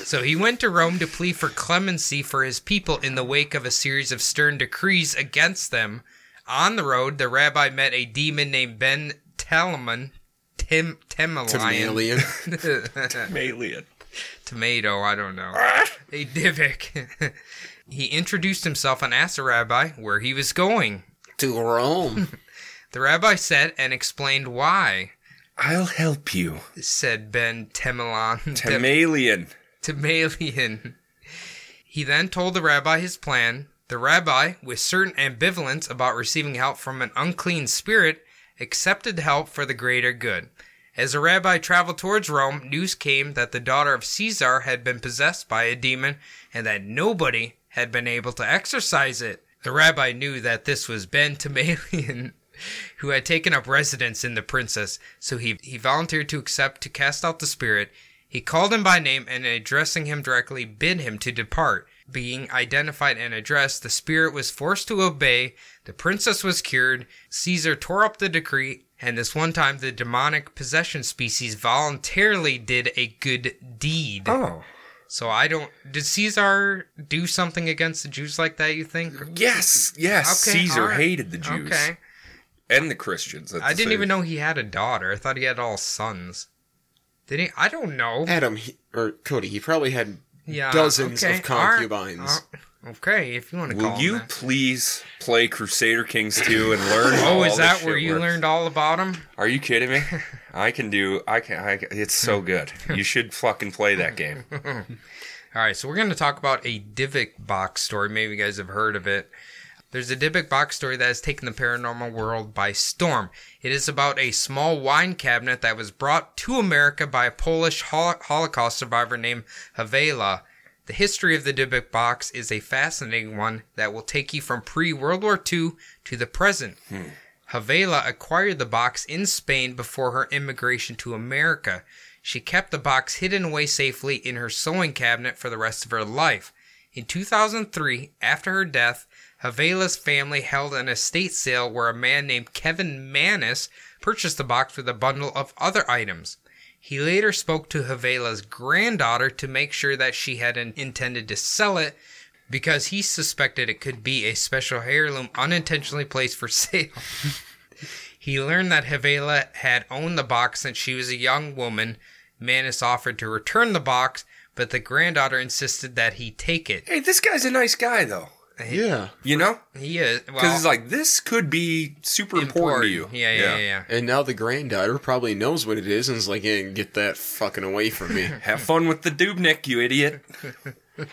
[SPEAKER 3] So he went to Rome to plead for clemency for his people in the wake of a series of stern decrees against them. On the road, the rabbi met a demon named Ben Telemann. Tim Temelion. [laughs]
[SPEAKER 5] Chameleon.
[SPEAKER 4] Alien.
[SPEAKER 3] Tomato, I don't know. a Divic. [laughs] he introduced himself and asked the rabbi where he was going.
[SPEAKER 5] to Rome.
[SPEAKER 3] The rabbi said and explained why,
[SPEAKER 4] I'll help you.
[SPEAKER 3] said Ben Temelon.
[SPEAKER 4] Tamalian.
[SPEAKER 3] Timalian. He then told the rabbi his plan. The rabbi, with certain ambivalence about receiving help from an unclean spirit, accepted help for the greater good. As the rabbi traveled towards Rome, news came that the daughter of Caesar had been possessed by a demon and that nobody had been able to exorcise it. The rabbi knew that this was Ben [laughs] Timalian who had taken up residence in the princess, so he, he volunteered to accept to cast out the spirit. He called him by name and addressing him directly bid him to depart. Being identified and addressed, the spirit was forced to obey. The princess was cured. Caesar tore up the decree, and this one time the demonic possession species voluntarily did a good deed.
[SPEAKER 4] Oh.
[SPEAKER 3] So I don't. Did Caesar do something against the Jews like that, you think?
[SPEAKER 4] Yes. Yes.
[SPEAKER 3] Okay,
[SPEAKER 4] Caesar
[SPEAKER 3] all right.
[SPEAKER 4] hated the Jews
[SPEAKER 3] Okay.
[SPEAKER 4] and the Christians. at
[SPEAKER 3] I
[SPEAKER 4] the
[SPEAKER 3] didn't
[SPEAKER 4] same-
[SPEAKER 3] even know he had a daughter. I thought he had all sons. Did he? I don't know.
[SPEAKER 5] Adam he, or Cody, he probably had
[SPEAKER 3] Yeah,
[SPEAKER 5] dozens
[SPEAKER 3] okay,
[SPEAKER 5] of
[SPEAKER 3] all right,
[SPEAKER 5] concubines.
[SPEAKER 3] all- okay, if you want to
[SPEAKER 4] Will
[SPEAKER 3] call
[SPEAKER 4] you
[SPEAKER 3] him that.
[SPEAKER 4] please play Crusader Kings 2 and learn?
[SPEAKER 3] [laughs]
[SPEAKER 4] how
[SPEAKER 3] Oh, is
[SPEAKER 4] all
[SPEAKER 3] that
[SPEAKER 4] this
[SPEAKER 3] where
[SPEAKER 4] shit
[SPEAKER 3] you
[SPEAKER 4] works?
[SPEAKER 3] learned all about him?
[SPEAKER 4] Are you
[SPEAKER 3] [laughs]
[SPEAKER 4] kidding me? I can do. I can. I can it's so good. You should fucking play that game.
[SPEAKER 3] [laughs] All right, so we're going to talk about a Dybbuk box story. Maybe you guys have heard of it. There's a Dybbuk box story that has taken the paranormal world by storm. It is about a small wine cabinet that was brought to America by a Polish hol- Holocaust survivor named Havela. The history of the Dybbuk box is a fascinating one that will take you from pre World War II to the present. Havela acquired the box in Spain before her immigration to America. She kept the box hidden away safely in her sewing cabinet for the rest of her life. In 2003, after her death, Havela's family held an estate sale where a man named Kevin Manis purchased the box with a bundle of other items. He later spoke to Havela's granddaughter to make sure that she hadn't intended to sell it because he suspected it could be a special heirloom unintentionally placed for [laughs] sale. he learned that Havela had owned the box since she was a young woman. Manis offered to return the box, but the granddaughter insisted that he take it.
[SPEAKER 4] hey, this guy's a nice guy, though.
[SPEAKER 5] Yeah.
[SPEAKER 4] You know?
[SPEAKER 3] He is. Well,
[SPEAKER 4] Because he's like, this could be super important, to you.
[SPEAKER 3] Yeah, yeah, yeah, yeah.
[SPEAKER 5] And now the granddaughter probably knows what it is and is like, yeah, get that fucking away
[SPEAKER 3] [laughs]
[SPEAKER 5] from me.
[SPEAKER 4] Have fun with the Dubnik, you idiot.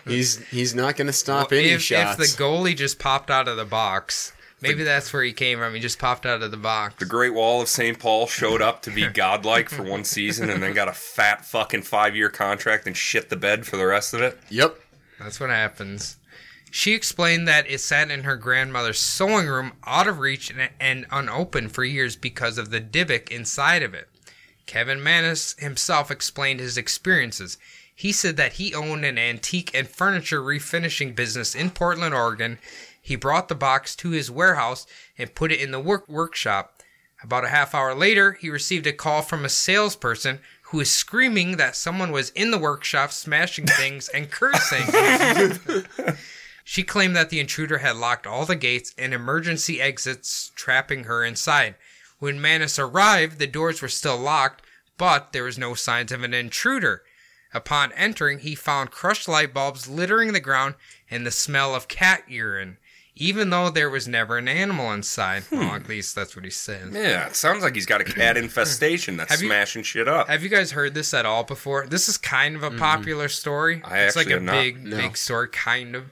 [SPEAKER 5] he's he's not going to stop
[SPEAKER 3] Well,
[SPEAKER 5] any
[SPEAKER 3] if,
[SPEAKER 5] shots.
[SPEAKER 3] if the goalie just popped out of the box, maybe that's where he came from. He just popped out of the box.
[SPEAKER 4] The Great Wall of St. Paul showed up
[SPEAKER 3] [laughs]
[SPEAKER 4] to be godlike for one season and then got a fat fucking five year contract and shit the bed for the rest of it.
[SPEAKER 5] yep.
[SPEAKER 3] That's what happens. She explained that it sat in her grandmother's sewing room, out of reach and, and unopened for years because of the Dybbuk inside of it. Kevin Manis himself explained his experiences. He said that he owned an antique and furniture refinishing business in Portland, Oregon. He brought the box to his warehouse and put it in the work- workshop. About a half hour later, he received a call from a salesperson who was screaming that someone was in the workshop smashing things and cursing. She claimed that the intruder had locked all the gates and emergency exits, trapping her inside. When Manus arrived, the doors were still locked, but there was no signs of an intruder. Upon entering, he found crushed light bulbs littering the ground and the smell of cat urine, even though there was never an animal inside. Well, at least that's what he says.
[SPEAKER 4] Yeah, it sounds like he's got
[SPEAKER 3] [laughs]
[SPEAKER 4] a cat infestation that's
[SPEAKER 3] Have you-
[SPEAKER 4] smashing shit up.
[SPEAKER 3] Have you guys heard this at all before? This is kind of a popular story.
[SPEAKER 4] I
[SPEAKER 3] it's like
[SPEAKER 4] actually
[SPEAKER 3] a
[SPEAKER 4] have not.
[SPEAKER 3] big, big story, kind of.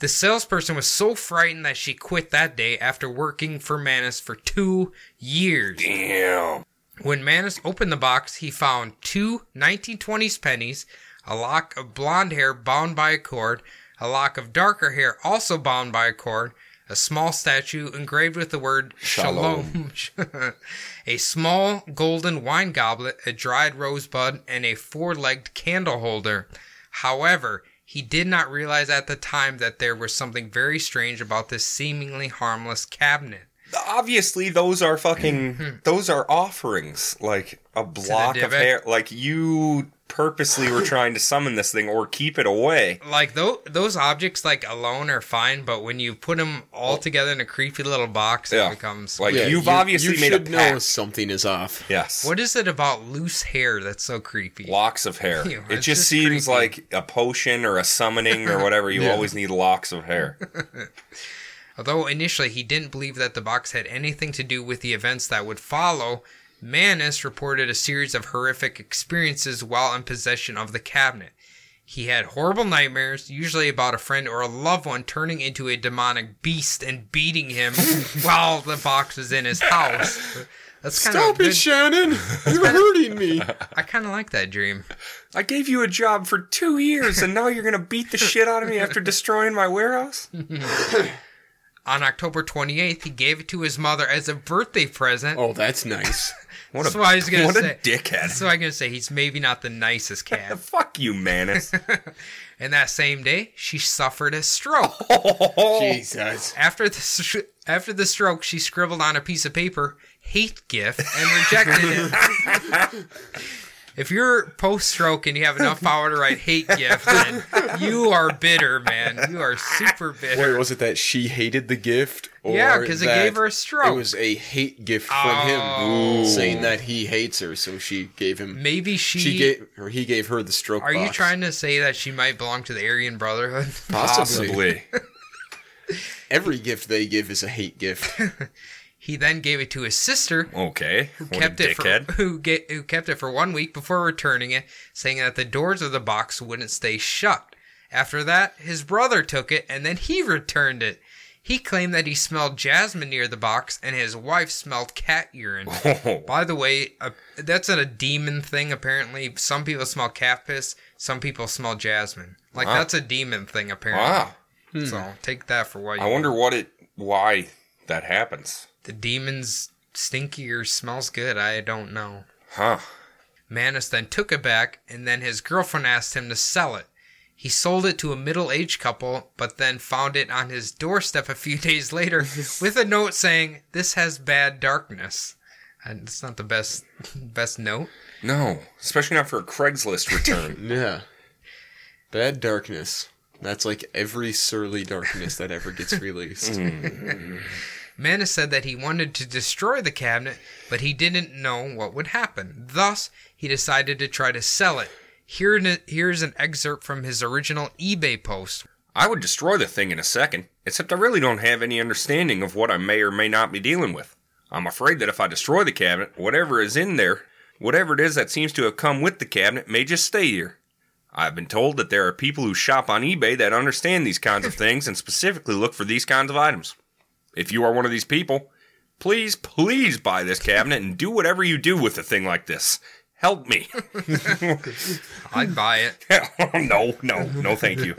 [SPEAKER 3] The salesperson was so frightened that she quit that day after working for Manus for two years.
[SPEAKER 4] Damn.
[SPEAKER 3] When Manus opened the box, he found two 1920s pennies, a lock of blonde hair bound by a cord, a lock of darker hair also bound by a cord, a small statue engraved with the word Shalom, [laughs] a small golden wine goblet, a dried rosebud, and a four legged candle holder. However, he did not realize at the time that there was something very strange about this seemingly harmless cabinet.
[SPEAKER 4] Obviously, those are
[SPEAKER 3] Hmm.
[SPEAKER 4] fucking. those are offerings. Like a block of
[SPEAKER 3] Dybbuk?
[SPEAKER 4] hair. Like you purposely were trying to summon this thing or keep it away.
[SPEAKER 3] like those those objects like alone are fine, but when you put them all together in a creepy little box,
[SPEAKER 4] Yeah.
[SPEAKER 3] it becomes
[SPEAKER 4] Like
[SPEAKER 5] Yeah,
[SPEAKER 4] you've
[SPEAKER 5] you-
[SPEAKER 4] obviously
[SPEAKER 5] you
[SPEAKER 4] made a
[SPEAKER 5] should know
[SPEAKER 4] pact.
[SPEAKER 5] something is off.
[SPEAKER 4] Yes.
[SPEAKER 3] what is it about loose hair that's so creepy?
[SPEAKER 4] locks
[SPEAKER 3] [laughs]
[SPEAKER 4] of hair.
[SPEAKER 3] Ew,
[SPEAKER 4] it
[SPEAKER 3] it's
[SPEAKER 4] just
[SPEAKER 3] just
[SPEAKER 4] seems
[SPEAKER 3] creepy.
[SPEAKER 4] like a potion or a summoning or
[SPEAKER 3] [laughs]
[SPEAKER 4] whatever. You always need locks of hair.
[SPEAKER 3] Although initially he didn't believe that the box had anything to do with the events that would follow, Manus reported a series of horrific experiences while in possession of the cabinet. He had horrible nightmares, usually about a friend or a loved one turning into a demonic beast and beating
[SPEAKER 4] [laughs]
[SPEAKER 3] him while the box was in his house. That's kind of
[SPEAKER 5] Stop
[SPEAKER 3] a
[SPEAKER 5] it,
[SPEAKER 3] good- [laughs]
[SPEAKER 5] Shannon! You're hurting me.
[SPEAKER 3] I kind of like that dream.
[SPEAKER 4] I gave you a job for two years, and now you're gonna beat the shit out of me after destroying my
[SPEAKER 3] [laughs]
[SPEAKER 4] warehouse.
[SPEAKER 3] On October 28th, he gave it to his mother as a birthday present.
[SPEAKER 5] Oh,
[SPEAKER 3] [laughs]
[SPEAKER 5] that's nice.
[SPEAKER 4] What
[SPEAKER 3] That's
[SPEAKER 4] a
[SPEAKER 3] what I was gonna
[SPEAKER 4] what
[SPEAKER 3] say.
[SPEAKER 4] a dickhead.
[SPEAKER 3] So I'm going to say he's maybe not the nicest
[SPEAKER 4] [laughs]
[SPEAKER 3] cat.
[SPEAKER 4] Fuck
[SPEAKER 3] [laughs]
[SPEAKER 4] you, Manus.
[SPEAKER 3] and that same day, she suffered a stroke. Oh.
[SPEAKER 5] Jesus.
[SPEAKER 3] After the, str- after the stroke, she scribbled on a piece of paper, hate gift, and rejected it. if you're post stroke and you have enough power to write hate gift, then you are bitter, man. You are super bitter.
[SPEAKER 5] Wait, was it that she hated the gift? Or
[SPEAKER 3] Yeah, 'cause it gave
[SPEAKER 5] that
[SPEAKER 3] her a stroke.
[SPEAKER 5] It was a hate gift from
[SPEAKER 3] Oh.
[SPEAKER 5] him, saying that he hates her, so she gave him.
[SPEAKER 3] Maybe she.
[SPEAKER 5] She gave, or he gave her the stroke.
[SPEAKER 3] are you
[SPEAKER 5] box.
[SPEAKER 3] trying to say that she might belong to the Aryan Brotherhood?
[SPEAKER 5] Possibly.
[SPEAKER 4] Possibly.
[SPEAKER 5] Every gift they give is a
[SPEAKER 3] [laughs]
[SPEAKER 5] hate gift.
[SPEAKER 3] He then gave it to his sister,
[SPEAKER 4] Okay. What
[SPEAKER 3] kept
[SPEAKER 4] a
[SPEAKER 3] it for,
[SPEAKER 4] dickhead.
[SPEAKER 3] who get, who kept it for one week before returning it, saying that the doors of the box wouldn't stay shut. After that, his brother took it and then he returned it. He claimed that he smelled jasmine near the box and his wife smelled cat
[SPEAKER 4] [laughs]
[SPEAKER 3] urine.
[SPEAKER 4] Oh.
[SPEAKER 3] By the way, uh, that's a demon thing apparently. Some people smell cat piss, some people smell jasmine. Like that's a demon thing apparently.
[SPEAKER 4] Wow.
[SPEAKER 3] So take that for what you
[SPEAKER 4] Ah, I wonder what it why that happens.
[SPEAKER 3] The demon's stinky or smells good, I don't know.
[SPEAKER 4] Huh.
[SPEAKER 3] Manus then took it back, and then his girlfriend asked him to sell it. He sold it to a middle aged couple, but then found it on his doorstep a few [laughs] days later with a note saying, This has bad darkness. And it's not the best [laughs] best note.
[SPEAKER 4] No. Especially not for a Craigslist return.
[SPEAKER 5] yeah. Bad darkness. That's like every surly darkness that
[SPEAKER 3] [laughs]
[SPEAKER 5] ever gets released.
[SPEAKER 3] Mm. Manus said that he wanted to destroy the cabinet, but he didn't know what would happen. Thus, he decided to try to sell it. Here, here's an excerpt from his original eBay post.
[SPEAKER 4] I would destroy the thing in a second, except I really don't have any understanding of what I may or may not be dealing with. I'm afraid that if I destroy the cabinet, whatever is in there, whatever it is that seems to have come with the cabinet, may just stay here. I've been told that there are people who shop on eBay that understand these kinds of things and specifically look for these kinds of items. If you are one of these people, please, please buy this cabinet and do whatever you do with a thing like this. Help me. [laughs]
[SPEAKER 3] I'd buy it.
[SPEAKER 4] no, no, no, thank you.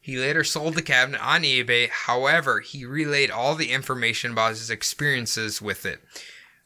[SPEAKER 3] He later sold the cabinet on eBay. However, he relayed all the information about his experiences with it.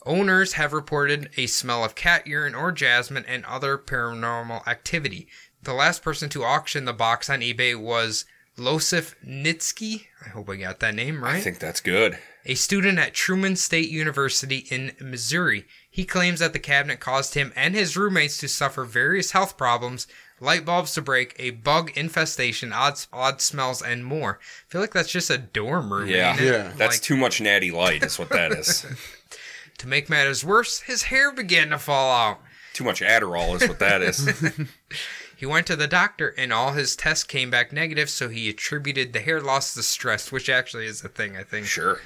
[SPEAKER 3] Owners have reported a smell of cat urine or jasmine and other paranormal activity. The last person to auction the box on eBay was Losif Nitsky. I hope I got that name right
[SPEAKER 4] I think that's good.
[SPEAKER 3] a student at Truman State University in Missouri. He claims that the cabinet caused him and his roommates to suffer various health problems, light bulbs to break, a bug infestation, odd, odd smells, and more. I feel like that's just a dorm room.
[SPEAKER 4] Yeah,
[SPEAKER 3] ain't it?
[SPEAKER 5] Yeah.
[SPEAKER 4] That's
[SPEAKER 3] Like-
[SPEAKER 4] too much natty light, is what that
[SPEAKER 3] [laughs]
[SPEAKER 4] is.
[SPEAKER 3] To make matters worse, his hair began to fall out.
[SPEAKER 4] too much Adderall is what that
[SPEAKER 3] [laughs]
[SPEAKER 4] is.
[SPEAKER 3] He went to the doctor and all his tests came back negative, so he attributed the hair loss to stress, which actually is a thing, I think.
[SPEAKER 4] sure.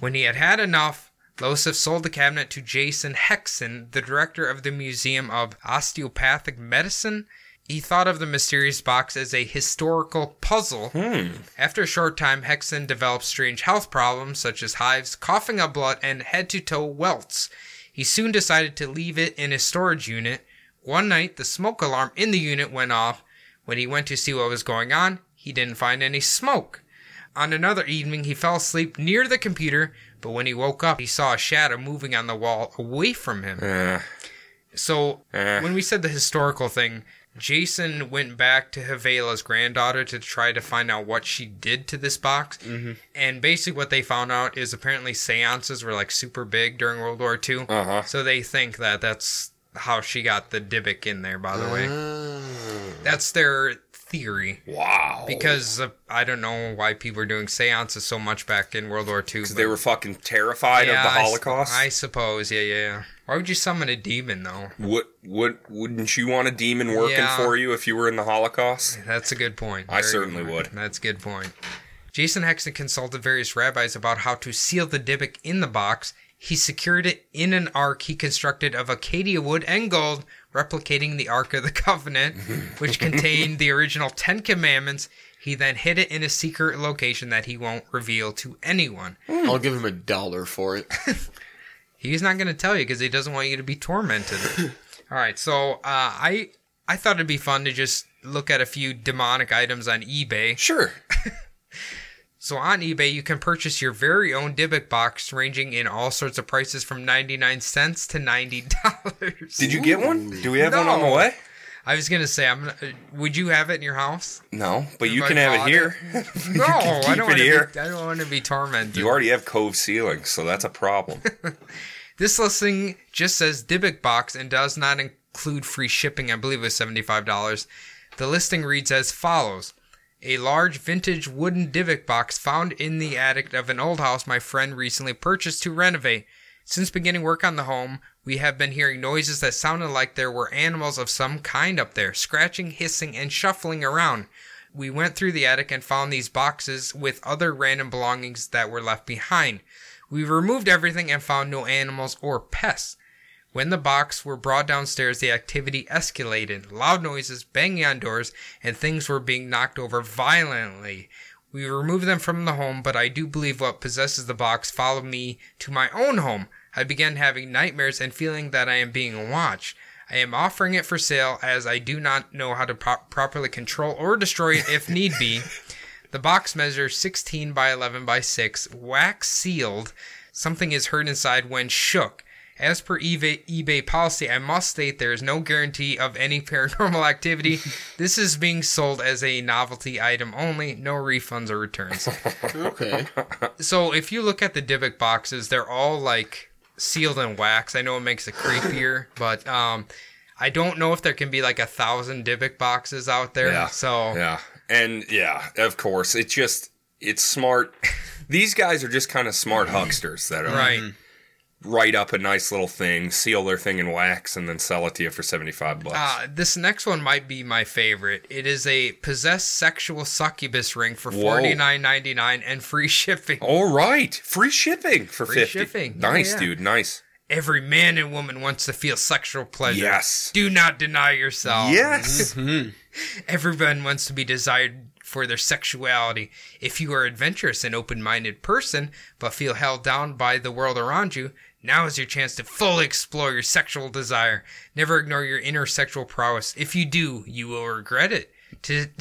[SPEAKER 3] When he had had enough, Losif sold the cabinet to Jason Hexon, the director of the Museum of Osteopathic Medicine. He thought of the mysterious box as a historical puzzle. After a short time, Hexon developed strange health problems such as hives, coughing up blood, and head to toe welts. He soon decided to leave it in his storage unit. One night, the smoke alarm in the unit went off. When he went to see what was going on, he didn't find any smoke. On another evening, he fell asleep near the computer, but when he woke up, he saw a shadow moving on the wall away from him. so, when we said the historical thing, Jason went back to Havela's granddaughter to try to find out what she did to this box. Mm-hmm. And basically, what they found out is apparently seances were like super big during World War II.
[SPEAKER 4] Uh-huh.
[SPEAKER 3] So, they think that that's how she got the Dybbuk in there, by the way. That's their theory
[SPEAKER 4] Wow.
[SPEAKER 3] because uh, I don't know why people were doing seances so much back in World War II.
[SPEAKER 4] 'Cause
[SPEAKER 3] but-
[SPEAKER 4] they were fucking terrified
[SPEAKER 3] Yeah,
[SPEAKER 4] of the
[SPEAKER 3] I s-
[SPEAKER 4] Holocaust.
[SPEAKER 3] I, suppose, yeah, yeah, yeah. Why would you summon a demon, though?
[SPEAKER 4] Would would wouldn't you want a demon working
[SPEAKER 3] Yeah.
[SPEAKER 4] for you if you were in the Holocaust?
[SPEAKER 3] That's a good point.
[SPEAKER 4] I
[SPEAKER 3] good
[SPEAKER 4] certainly
[SPEAKER 3] point.
[SPEAKER 4] would.
[SPEAKER 3] That's a good point. Jason Hexon consulted various rabbis about how to seal the Dybbuk in the box. He secured it in an ark he constructed of Acacia wood and gold, replicating the Ark of the
[SPEAKER 4] [laughs]
[SPEAKER 3] Covenant, which contained the original Ten Commandments. He then hid it in a secret location that he won't reveal to anyone.
[SPEAKER 5] I'll give him a dollar for it.
[SPEAKER 3] He's not going to tell you because he doesn't want you to be tormented.
[SPEAKER 4] [laughs]
[SPEAKER 3] All right, so uh, I I thought it'd be fun to just look at a few demonic items on eBay.
[SPEAKER 4] Sure.
[SPEAKER 3] So on eBay, you can purchase your very own Dybbuk box, ranging in all sorts of prices from ninety nine cents to ninety dollars.
[SPEAKER 4] Did you get one? Do we have one on the
[SPEAKER 3] No.
[SPEAKER 4] way?
[SPEAKER 3] I was gonna say, I'm. gonna- uh, Would you have it in your
[SPEAKER 4] [laughs]
[SPEAKER 3] house?
[SPEAKER 4] No, but you
[SPEAKER 3] If I
[SPEAKER 4] can have
[SPEAKER 3] bought
[SPEAKER 4] it here.
[SPEAKER 3] No, I
[SPEAKER 4] keep
[SPEAKER 3] don't
[SPEAKER 4] it
[SPEAKER 3] want to.
[SPEAKER 4] here.
[SPEAKER 3] Be, I don't want to be tormented.
[SPEAKER 4] [laughs] You already have cove ceilings, so that's a problem.
[SPEAKER 3] [laughs] This listing just says Dybbuk box and does not include free shipping. I believe it was $75. The listing reads as follows A large vintage wooden Dybbuk box found in the attic of an old house my friend recently purchased to renovate. Since beginning work on the home, we have been hearing noises that sounded like there were animals of some kind up there, scratching, hissing, and shuffling around. We went through the attic and found these boxes with other random belongings that were left behind. We removed everything and found no animals or pests. When the box were brought downstairs, the activity escalated. Loud noises, banging on doors, and things were being knocked over violently. We removed them from the home, but I do believe what possesses the box followed me to my own home. I began having nightmares and feeling that I am being watched. I am offering it for sale as I do not know how to pro- properly control or destroy it if need be. The box measures 16 by 11 by 6, wax sealed. Something is heard inside when shook. As per eBay, eBay policy, I must state there is no guarantee of any [laughs] paranormal activity. this is being sold as a novelty item only. No refunds or
[SPEAKER 4] [laughs]
[SPEAKER 3] returns.
[SPEAKER 5] Okay.
[SPEAKER 3] so if you look at the Dybbuk boxes, they're all like sealed in wax. I know it makes it
[SPEAKER 4] [laughs]
[SPEAKER 3] creepier, but um, I don't know if there can be like a thousand Dybbuk boxes out there.
[SPEAKER 4] Yeah.
[SPEAKER 3] So
[SPEAKER 4] Yeah. And yeah, of course. It's just it's smart. These guys are just kind of smart hucksters that are
[SPEAKER 3] right.
[SPEAKER 4] write up a nice little thing, seal their thing in wax, and then sell it to you for seventy five bucks.
[SPEAKER 3] Uh, this next one might be my favorite. It is a possessed sexual succubus ring for
[SPEAKER 4] Whoa.
[SPEAKER 3] forty nine ninety nine and free [laughs] shipping.
[SPEAKER 4] All right, free shipping for
[SPEAKER 3] Free
[SPEAKER 4] fifty.
[SPEAKER 3] shipping, yeah,
[SPEAKER 4] Nice,
[SPEAKER 3] yeah.
[SPEAKER 4] dude. Nice.
[SPEAKER 3] Every man and woman wants to feel sexual pleasure.
[SPEAKER 4] Yes.
[SPEAKER 3] Do not deny yourself.
[SPEAKER 4] Yes.
[SPEAKER 3] Everyone wants to be desired for their sexuality. If you are adventurous and open minded person, but feel held down by the world around you, now is your chance to fully explore your sexual desire. Never ignore your inner sexual prowess. If you do, you will regret it. To [laughs]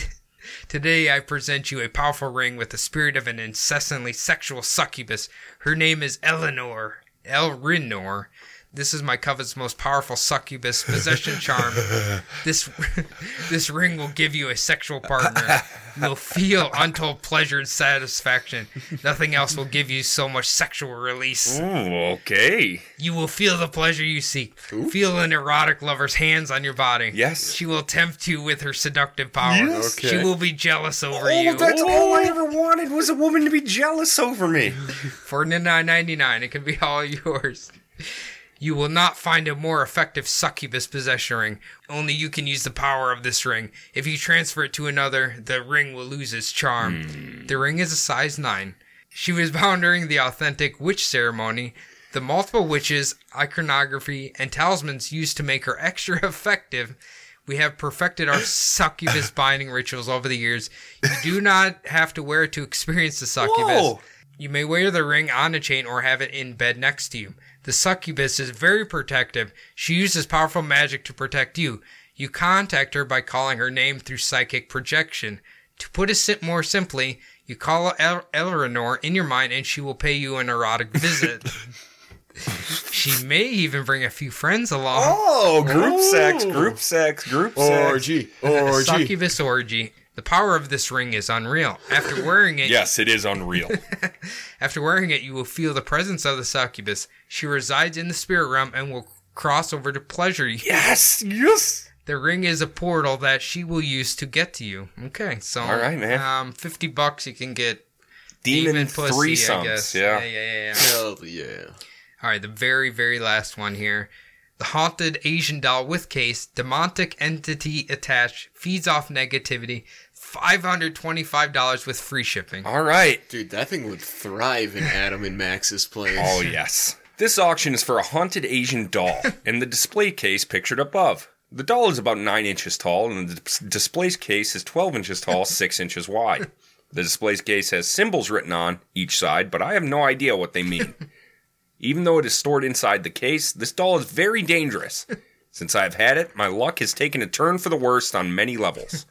[SPEAKER 3] Today I present you a powerful ring with the spirit of an incessantly sexual succubus. Her name is Eleanor. Elrinor. This is my covet's most powerful succubus possession
[SPEAKER 4] [laughs]
[SPEAKER 3] charm. This [laughs] this ring will give you a sexual partner. You'll feel untold pleasure and satisfaction. Nothing else will give you so much sexual release.
[SPEAKER 4] Ooh, okay.
[SPEAKER 3] You will feel the pleasure you seek. Feel an erotic lover's hands on your body.
[SPEAKER 4] Yes.
[SPEAKER 3] She will tempt you with her seductive power.
[SPEAKER 4] Yes.
[SPEAKER 3] She
[SPEAKER 5] Okay.
[SPEAKER 3] will be jealous over
[SPEAKER 4] Oh,
[SPEAKER 3] you.
[SPEAKER 4] that's all I ever wanted was a woman to be jealous over me.
[SPEAKER 3] For nine ninety nine, it can be all yours. You will not find a more effective succubus possession ring. Only you can use the power of this ring. If you transfer it to another, the ring will lose its charm. The ring is a size 9. She was bound during the authentic witch ceremony. The multiple witches, iconography, and talismans used to make her extra [laughs] effective. We have perfected our succubus binding rituals over the years. You do not have to wear it to experience the succubus.
[SPEAKER 4] Whoa.
[SPEAKER 3] You may wear the ring on a chain or have it in bed next to you. The succubus is very protective. She uses powerful magic to protect you. You contact her by calling her name through psychic projection. To put it sim- more simply, you call El- Eleanor in your mind and she will pay you an erotic visit. she may even bring a few friends along.
[SPEAKER 4] [laughs] Oh, group sex, group sex, group sex.
[SPEAKER 5] Orgy. Oh! Orgy.
[SPEAKER 3] Succubus orgy. The power of this ring is unreal. After wearing it,
[SPEAKER 4] Yes, it is unreal.
[SPEAKER 3] After wearing it, you will feel the presence of the succubus. She resides in the spirit realm and will cross over to pleasure [laughs] you.
[SPEAKER 4] [laughs] yes, yes.
[SPEAKER 3] The ring is a portal that she will use to get to you. Okay, so
[SPEAKER 4] All right, man.
[SPEAKER 3] Um, fifty bucks you can get
[SPEAKER 4] Demon,
[SPEAKER 3] demon, pussy. I guess.
[SPEAKER 4] threesomes.
[SPEAKER 3] yeah,
[SPEAKER 4] Yeah.
[SPEAKER 3] yeah, yeah. yeah.
[SPEAKER 5] Hell yeah.
[SPEAKER 3] All right, the very, very last one here. The haunted Asian doll with case, demonic entity attached, feeds off negativity. Five hundred twenty-five dollars with free shipping.
[SPEAKER 4] All right.
[SPEAKER 5] Dude, that thing would thrive in Adam and Max's place.
[SPEAKER 4] Oh, yes. This auction is for a haunted Asian doll in the display case pictured above. The doll is about 9 inches tall, and the dis- display case is 12 inches tall, 6 inches wide. The display case has symbols written on each side, but I have no idea what they mean. Even though it is stored inside the case, this doll is very dangerous. Since I have had it, my luck has taken a turn for the worst on many levels.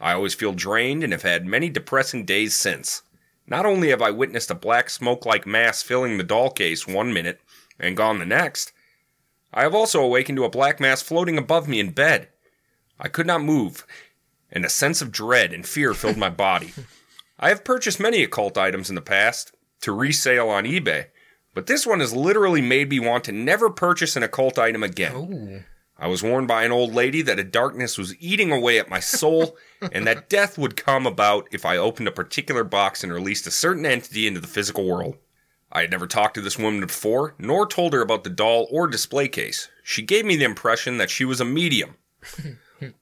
[SPEAKER 4] I always feel drained and have had many depressing days since. Not only have I witnessed a black smoke like mass filling the doll case one minute and gone the next, I have also awakened to a black mass floating above me in bed. I could not move, and a sense of dread and fear filled my body. I have purchased many occult items in the past to resale on eBay, but this one has literally made me want to never purchase an occult item again. I was warned by an old lady that a darkness was eating away at my soul and that death would come about if I opened a particular box and released a certain entity into the physical world. I had never talked to this woman before, nor told her about the doll or display case. She gave me the impression that she was a medium.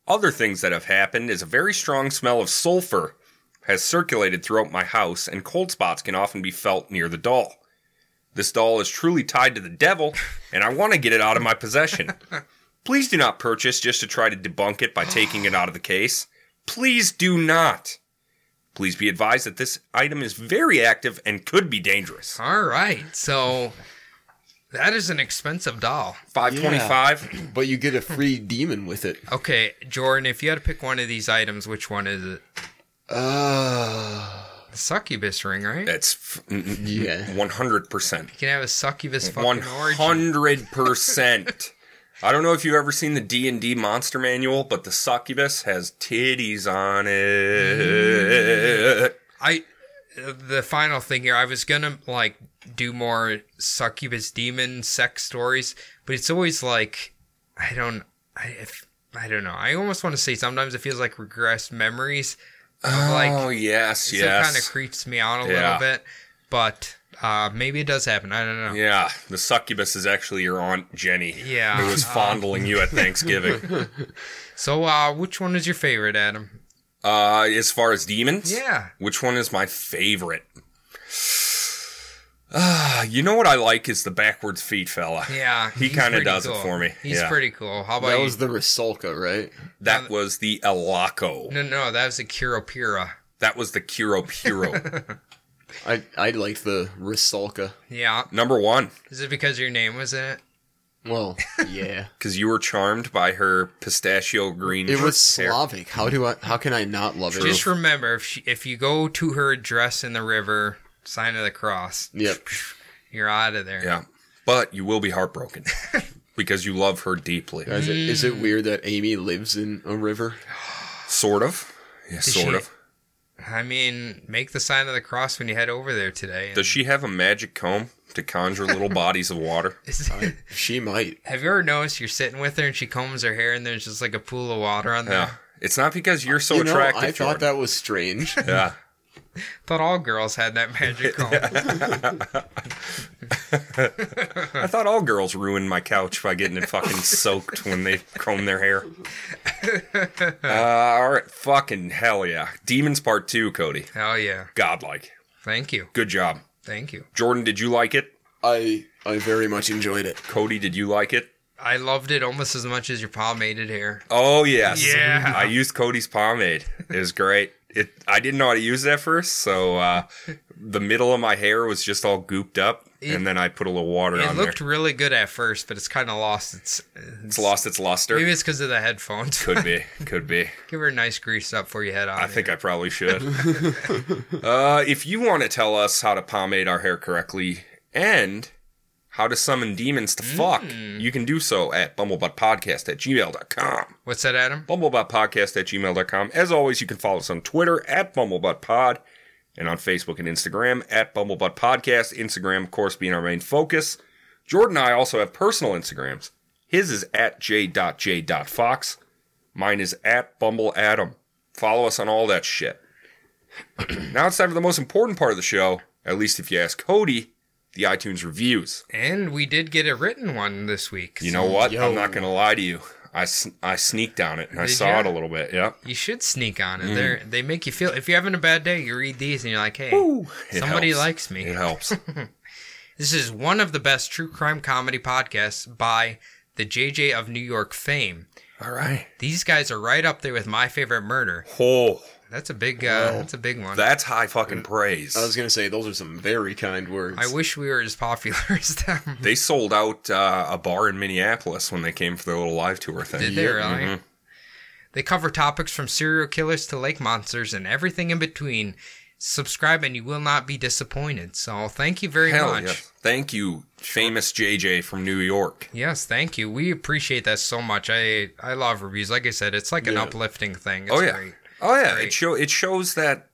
[SPEAKER 4] Other things that have happened is a very strong smell of sulfur has circulated throughout my house, and cold spots can often be felt near the doll. This doll is truly tied to the devil, and I want to get it out of my possession. Please do not purchase just to try to debunk it by taking it out of the case. Please do not. Please be advised that this item is very active and could be dangerous.
[SPEAKER 3] All right, so that is an expensive doll.
[SPEAKER 4] 525.
[SPEAKER 5] But you get a free demon
[SPEAKER 3] [laughs]
[SPEAKER 5] with it.
[SPEAKER 3] Okay, Jordan, if you had to pick one of these items, which one is it?
[SPEAKER 5] Uh,
[SPEAKER 3] The succubus ring, right? You
[SPEAKER 4] That's f- mm, mm,
[SPEAKER 5] yeah.
[SPEAKER 4] 100%.
[SPEAKER 3] can have a succubus fucking orgy.
[SPEAKER 4] 100%. I don't know if you've ever seen the D&D monster manual, but the succubus has titties on
[SPEAKER 3] Mm.
[SPEAKER 4] it.
[SPEAKER 3] I the final thing here, I was gonna like do more succubus demon sex stories, but it's always like I don't I if, I don't know. I almost want to say sometimes it feels like regressed memories of like
[SPEAKER 4] oh, yes,
[SPEAKER 3] So it
[SPEAKER 4] yes.
[SPEAKER 3] kind of creeps me out a
[SPEAKER 4] Yeah.
[SPEAKER 3] little bit. but uh, maybe it does happen. I don't know.
[SPEAKER 4] Yeah, the succubus is actually your aunt Jenny.
[SPEAKER 3] Yeah,
[SPEAKER 4] who was
[SPEAKER 3] uh,
[SPEAKER 4] fondling you at
[SPEAKER 3] [laughs]
[SPEAKER 4] Thanksgiving.
[SPEAKER 3] So, uh, which one is your favorite, Adam?
[SPEAKER 4] uh, as far as demons,
[SPEAKER 3] Yeah.
[SPEAKER 4] Which one is my favorite? [sighs] Ah, you know what I like is the backwards feet fella.
[SPEAKER 3] Yeah,
[SPEAKER 4] he
[SPEAKER 3] he's
[SPEAKER 4] kind of
[SPEAKER 3] pretty
[SPEAKER 4] does
[SPEAKER 3] cool.
[SPEAKER 4] it for me.
[SPEAKER 3] He's
[SPEAKER 4] yeah.
[SPEAKER 3] pretty cool. How about
[SPEAKER 5] That
[SPEAKER 3] you?
[SPEAKER 5] was the Rasulka, right?
[SPEAKER 4] That was the Elaco.
[SPEAKER 3] no, no, that was the Kiropira.
[SPEAKER 4] That was the Kiro
[SPEAKER 3] [laughs]
[SPEAKER 4] Piro.
[SPEAKER 5] I I like the Rasulka.
[SPEAKER 3] Yeah,
[SPEAKER 4] Number one,
[SPEAKER 3] is it because your name was in it? [laughs]
[SPEAKER 5] Well, yeah.
[SPEAKER 4] because you were charmed by her pistachio green.
[SPEAKER 5] It was
[SPEAKER 4] hair.
[SPEAKER 5] Slavic. How do I? How can I not love it?
[SPEAKER 3] Just remember, if she, if you go to her address in the river, sign of the cross,
[SPEAKER 5] Yep.
[SPEAKER 3] you're out of there.
[SPEAKER 4] Yeah, but you will be
[SPEAKER 3] [laughs]
[SPEAKER 4] heartbroken because you love her deeply.
[SPEAKER 5] Is it, is it weird that Amy lives in a river?
[SPEAKER 4] Sort of. Yeah,
[SPEAKER 3] Does
[SPEAKER 4] sort
[SPEAKER 3] she-
[SPEAKER 4] of.
[SPEAKER 3] I mean, make the sign of the cross when you head over there today.
[SPEAKER 4] Does she have a magic comb to conjure
[SPEAKER 3] [laughs]
[SPEAKER 4] little bodies of water?
[SPEAKER 3] Is-
[SPEAKER 5] She might.
[SPEAKER 3] have you ever noticed you're sitting with her and she combs her hair and there's just like a pool of water on there?
[SPEAKER 4] Yeah. It's not because you're so
[SPEAKER 5] you know,
[SPEAKER 4] attractive.
[SPEAKER 5] I
[SPEAKER 4] Jordan.
[SPEAKER 5] thought that
[SPEAKER 4] [laughs]
[SPEAKER 5] was strange.
[SPEAKER 4] Yeah.
[SPEAKER 3] Thought all girls had that
[SPEAKER 4] [laughs]
[SPEAKER 3] magic comb.
[SPEAKER 4] I thought all girls ruined my couch by getting
[SPEAKER 3] [laughs]
[SPEAKER 4] it fucking soaked when they comb their hair. Uh, all right. Fucking hell yeah. Demons Part 2, Cody.
[SPEAKER 3] Hell yeah!
[SPEAKER 4] Godlike.
[SPEAKER 3] Thank you,
[SPEAKER 4] Good job.
[SPEAKER 3] thank you.
[SPEAKER 4] Jordan, did you like it?
[SPEAKER 5] I I very much enjoyed it.
[SPEAKER 4] Cody, did you like it?
[SPEAKER 3] I loved it almost as much as your pomaded hair.
[SPEAKER 4] Oh yes,
[SPEAKER 3] Yeah.
[SPEAKER 4] I used Cody's pomade. It was great. It. I didn't know how to use it at first, so uh, the middle of my hair was just all gooped up, and then I put a little water
[SPEAKER 3] It
[SPEAKER 4] on
[SPEAKER 3] looked
[SPEAKER 4] there.
[SPEAKER 3] really good at first, but it's kind of lost its.
[SPEAKER 4] It's lost its luster.
[SPEAKER 3] Maybe it's because of the headphones.
[SPEAKER 4] Could be. Could be.
[SPEAKER 3] [laughs] Give her a nice grease up before you head on.
[SPEAKER 4] I think I
[SPEAKER 3] [laughs]
[SPEAKER 4] probably should. uh, if you want to tell us how to pomade our hair correctly and how to summon demons to fuck,
[SPEAKER 3] Hmm.
[SPEAKER 4] you can do so at bumblebuttpodcast at gmail.com.
[SPEAKER 3] What's that, Adam?
[SPEAKER 4] bumblebuttpodcast at gmail.com. As always, you can follow us on Twitter at bumblebuttpod and on Facebook and Instagram at bumblebuttpodcast. Instagram, of course, being our main focus. Jordan and I also have personal Instagrams. His is at j.j.fox. Mine is at bumbleadam. Follow us on all that shit. [clears throat] now it's time for the most important part of the show, at least if you ask Cody, the iTunes reviews.
[SPEAKER 3] And we did get a written one this week.
[SPEAKER 4] You know what?
[SPEAKER 5] Yo.
[SPEAKER 4] I'm not going to lie to you. I, sn- I sneaked on it and I
[SPEAKER 3] Did
[SPEAKER 4] saw
[SPEAKER 3] ya?
[SPEAKER 4] it a little bit. Yep.
[SPEAKER 3] You should sneak on
[SPEAKER 4] Mm.
[SPEAKER 3] it. They're, they make you feel. If you're having a bad day, you read these and you're like, hey,
[SPEAKER 4] It
[SPEAKER 3] somebody
[SPEAKER 4] helps.
[SPEAKER 3] likes me. [laughs]
[SPEAKER 4] It helps.
[SPEAKER 3] This is one of the best true crime comedy podcasts by the JJ of New York fame.
[SPEAKER 4] All right.
[SPEAKER 3] These guys are right up there with my favorite murder.
[SPEAKER 4] Oh,
[SPEAKER 3] That's a big. Uh, that's a big one.
[SPEAKER 4] that's high fucking praise.
[SPEAKER 5] I was gonna say those are some very kind words.
[SPEAKER 3] I wish we were as popular [laughs] as them.
[SPEAKER 4] they sold out uh, a bar in Minneapolis when they came for their little live tour thing.
[SPEAKER 3] Did they really?
[SPEAKER 4] mm-hmm.
[SPEAKER 3] They cover topics from serial killers to lake monsters and everything in between. Subscribe and you will not be disappointed. So thank you very
[SPEAKER 4] Hell
[SPEAKER 3] much.
[SPEAKER 4] yes. Thank you, famous JJ from New York.
[SPEAKER 3] Yes, thank you. We appreciate that so much. I I love reviews. Like I said, it's like an
[SPEAKER 5] Yeah.
[SPEAKER 3] uplifting thing. It's
[SPEAKER 4] oh yeah.
[SPEAKER 3] great.
[SPEAKER 4] Oh yeah.
[SPEAKER 3] Great.
[SPEAKER 4] It show it shows that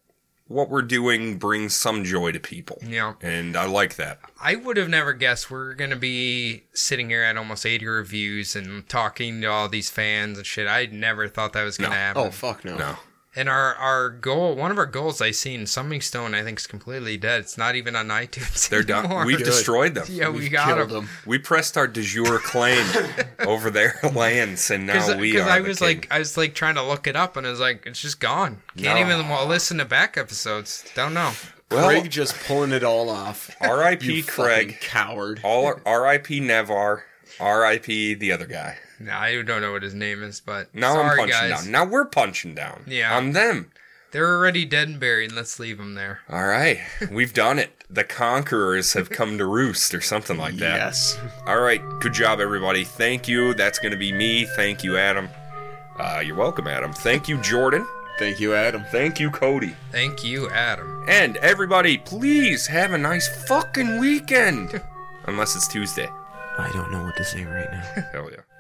[SPEAKER 4] what we're doing brings some joy to people.
[SPEAKER 3] Yeah.
[SPEAKER 4] And I like that.
[SPEAKER 3] I would have never guessed we're gonna be sitting here at almost 80 reviews and talking to all these fans and shit. I never thought that was gonna happen.
[SPEAKER 5] oh fuck no.
[SPEAKER 4] No.
[SPEAKER 3] And our our goal, one of our goals, I seen Summing Stone. I think is completely dead. It's not even on iTunes. [laughs]
[SPEAKER 4] They're done.
[SPEAKER 3] anymore.
[SPEAKER 4] We've destroyed them.
[SPEAKER 3] yeah, we got
[SPEAKER 5] Killed
[SPEAKER 3] them.
[SPEAKER 5] them.
[SPEAKER 4] We pressed our de jure
[SPEAKER 3] [laughs]
[SPEAKER 4] claim over their [laughs] lands, and now we
[SPEAKER 3] Because
[SPEAKER 4] are.
[SPEAKER 3] I
[SPEAKER 4] the
[SPEAKER 3] was
[SPEAKER 4] king.
[SPEAKER 3] like, I was like trying to look it up, and I was like, it's just gone. Can't
[SPEAKER 4] No.
[SPEAKER 3] even well, listen to back episodes. Don't know.
[SPEAKER 4] Well-
[SPEAKER 5] Craig just pulling it all off.
[SPEAKER 4] R.I.P.
[SPEAKER 5] You
[SPEAKER 4] Craig.
[SPEAKER 5] fucking coward.
[SPEAKER 4] All R.I.P. Nevar. R.I.P. the other guy.
[SPEAKER 3] No, I don't know what his name is, but
[SPEAKER 4] Now I'm
[SPEAKER 3] sorry
[SPEAKER 4] punching
[SPEAKER 3] guys,
[SPEAKER 4] down. Now we're punching down.
[SPEAKER 3] Yeah.
[SPEAKER 4] On them.
[SPEAKER 3] they're already dead and buried. Let's leave them there.
[SPEAKER 4] All right. We've done it. The conquerors have come to roost or something like that.
[SPEAKER 5] Yes.
[SPEAKER 4] All right. Good job, everybody. Thank you. That's going to be me. Thank you, Adam. Uh, you're welcome, Adam. Thank you, Jordan.
[SPEAKER 5] Thank you, Adam.
[SPEAKER 4] Thank you, Cody.
[SPEAKER 3] Thank you, Adam.
[SPEAKER 4] And everybody, please have a nice
[SPEAKER 3] [laughs]
[SPEAKER 4] fucking weekend. Unless it's Tuesday.
[SPEAKER 5] I don't know what to say right now.
[SPEAKER 4] Hell yeah.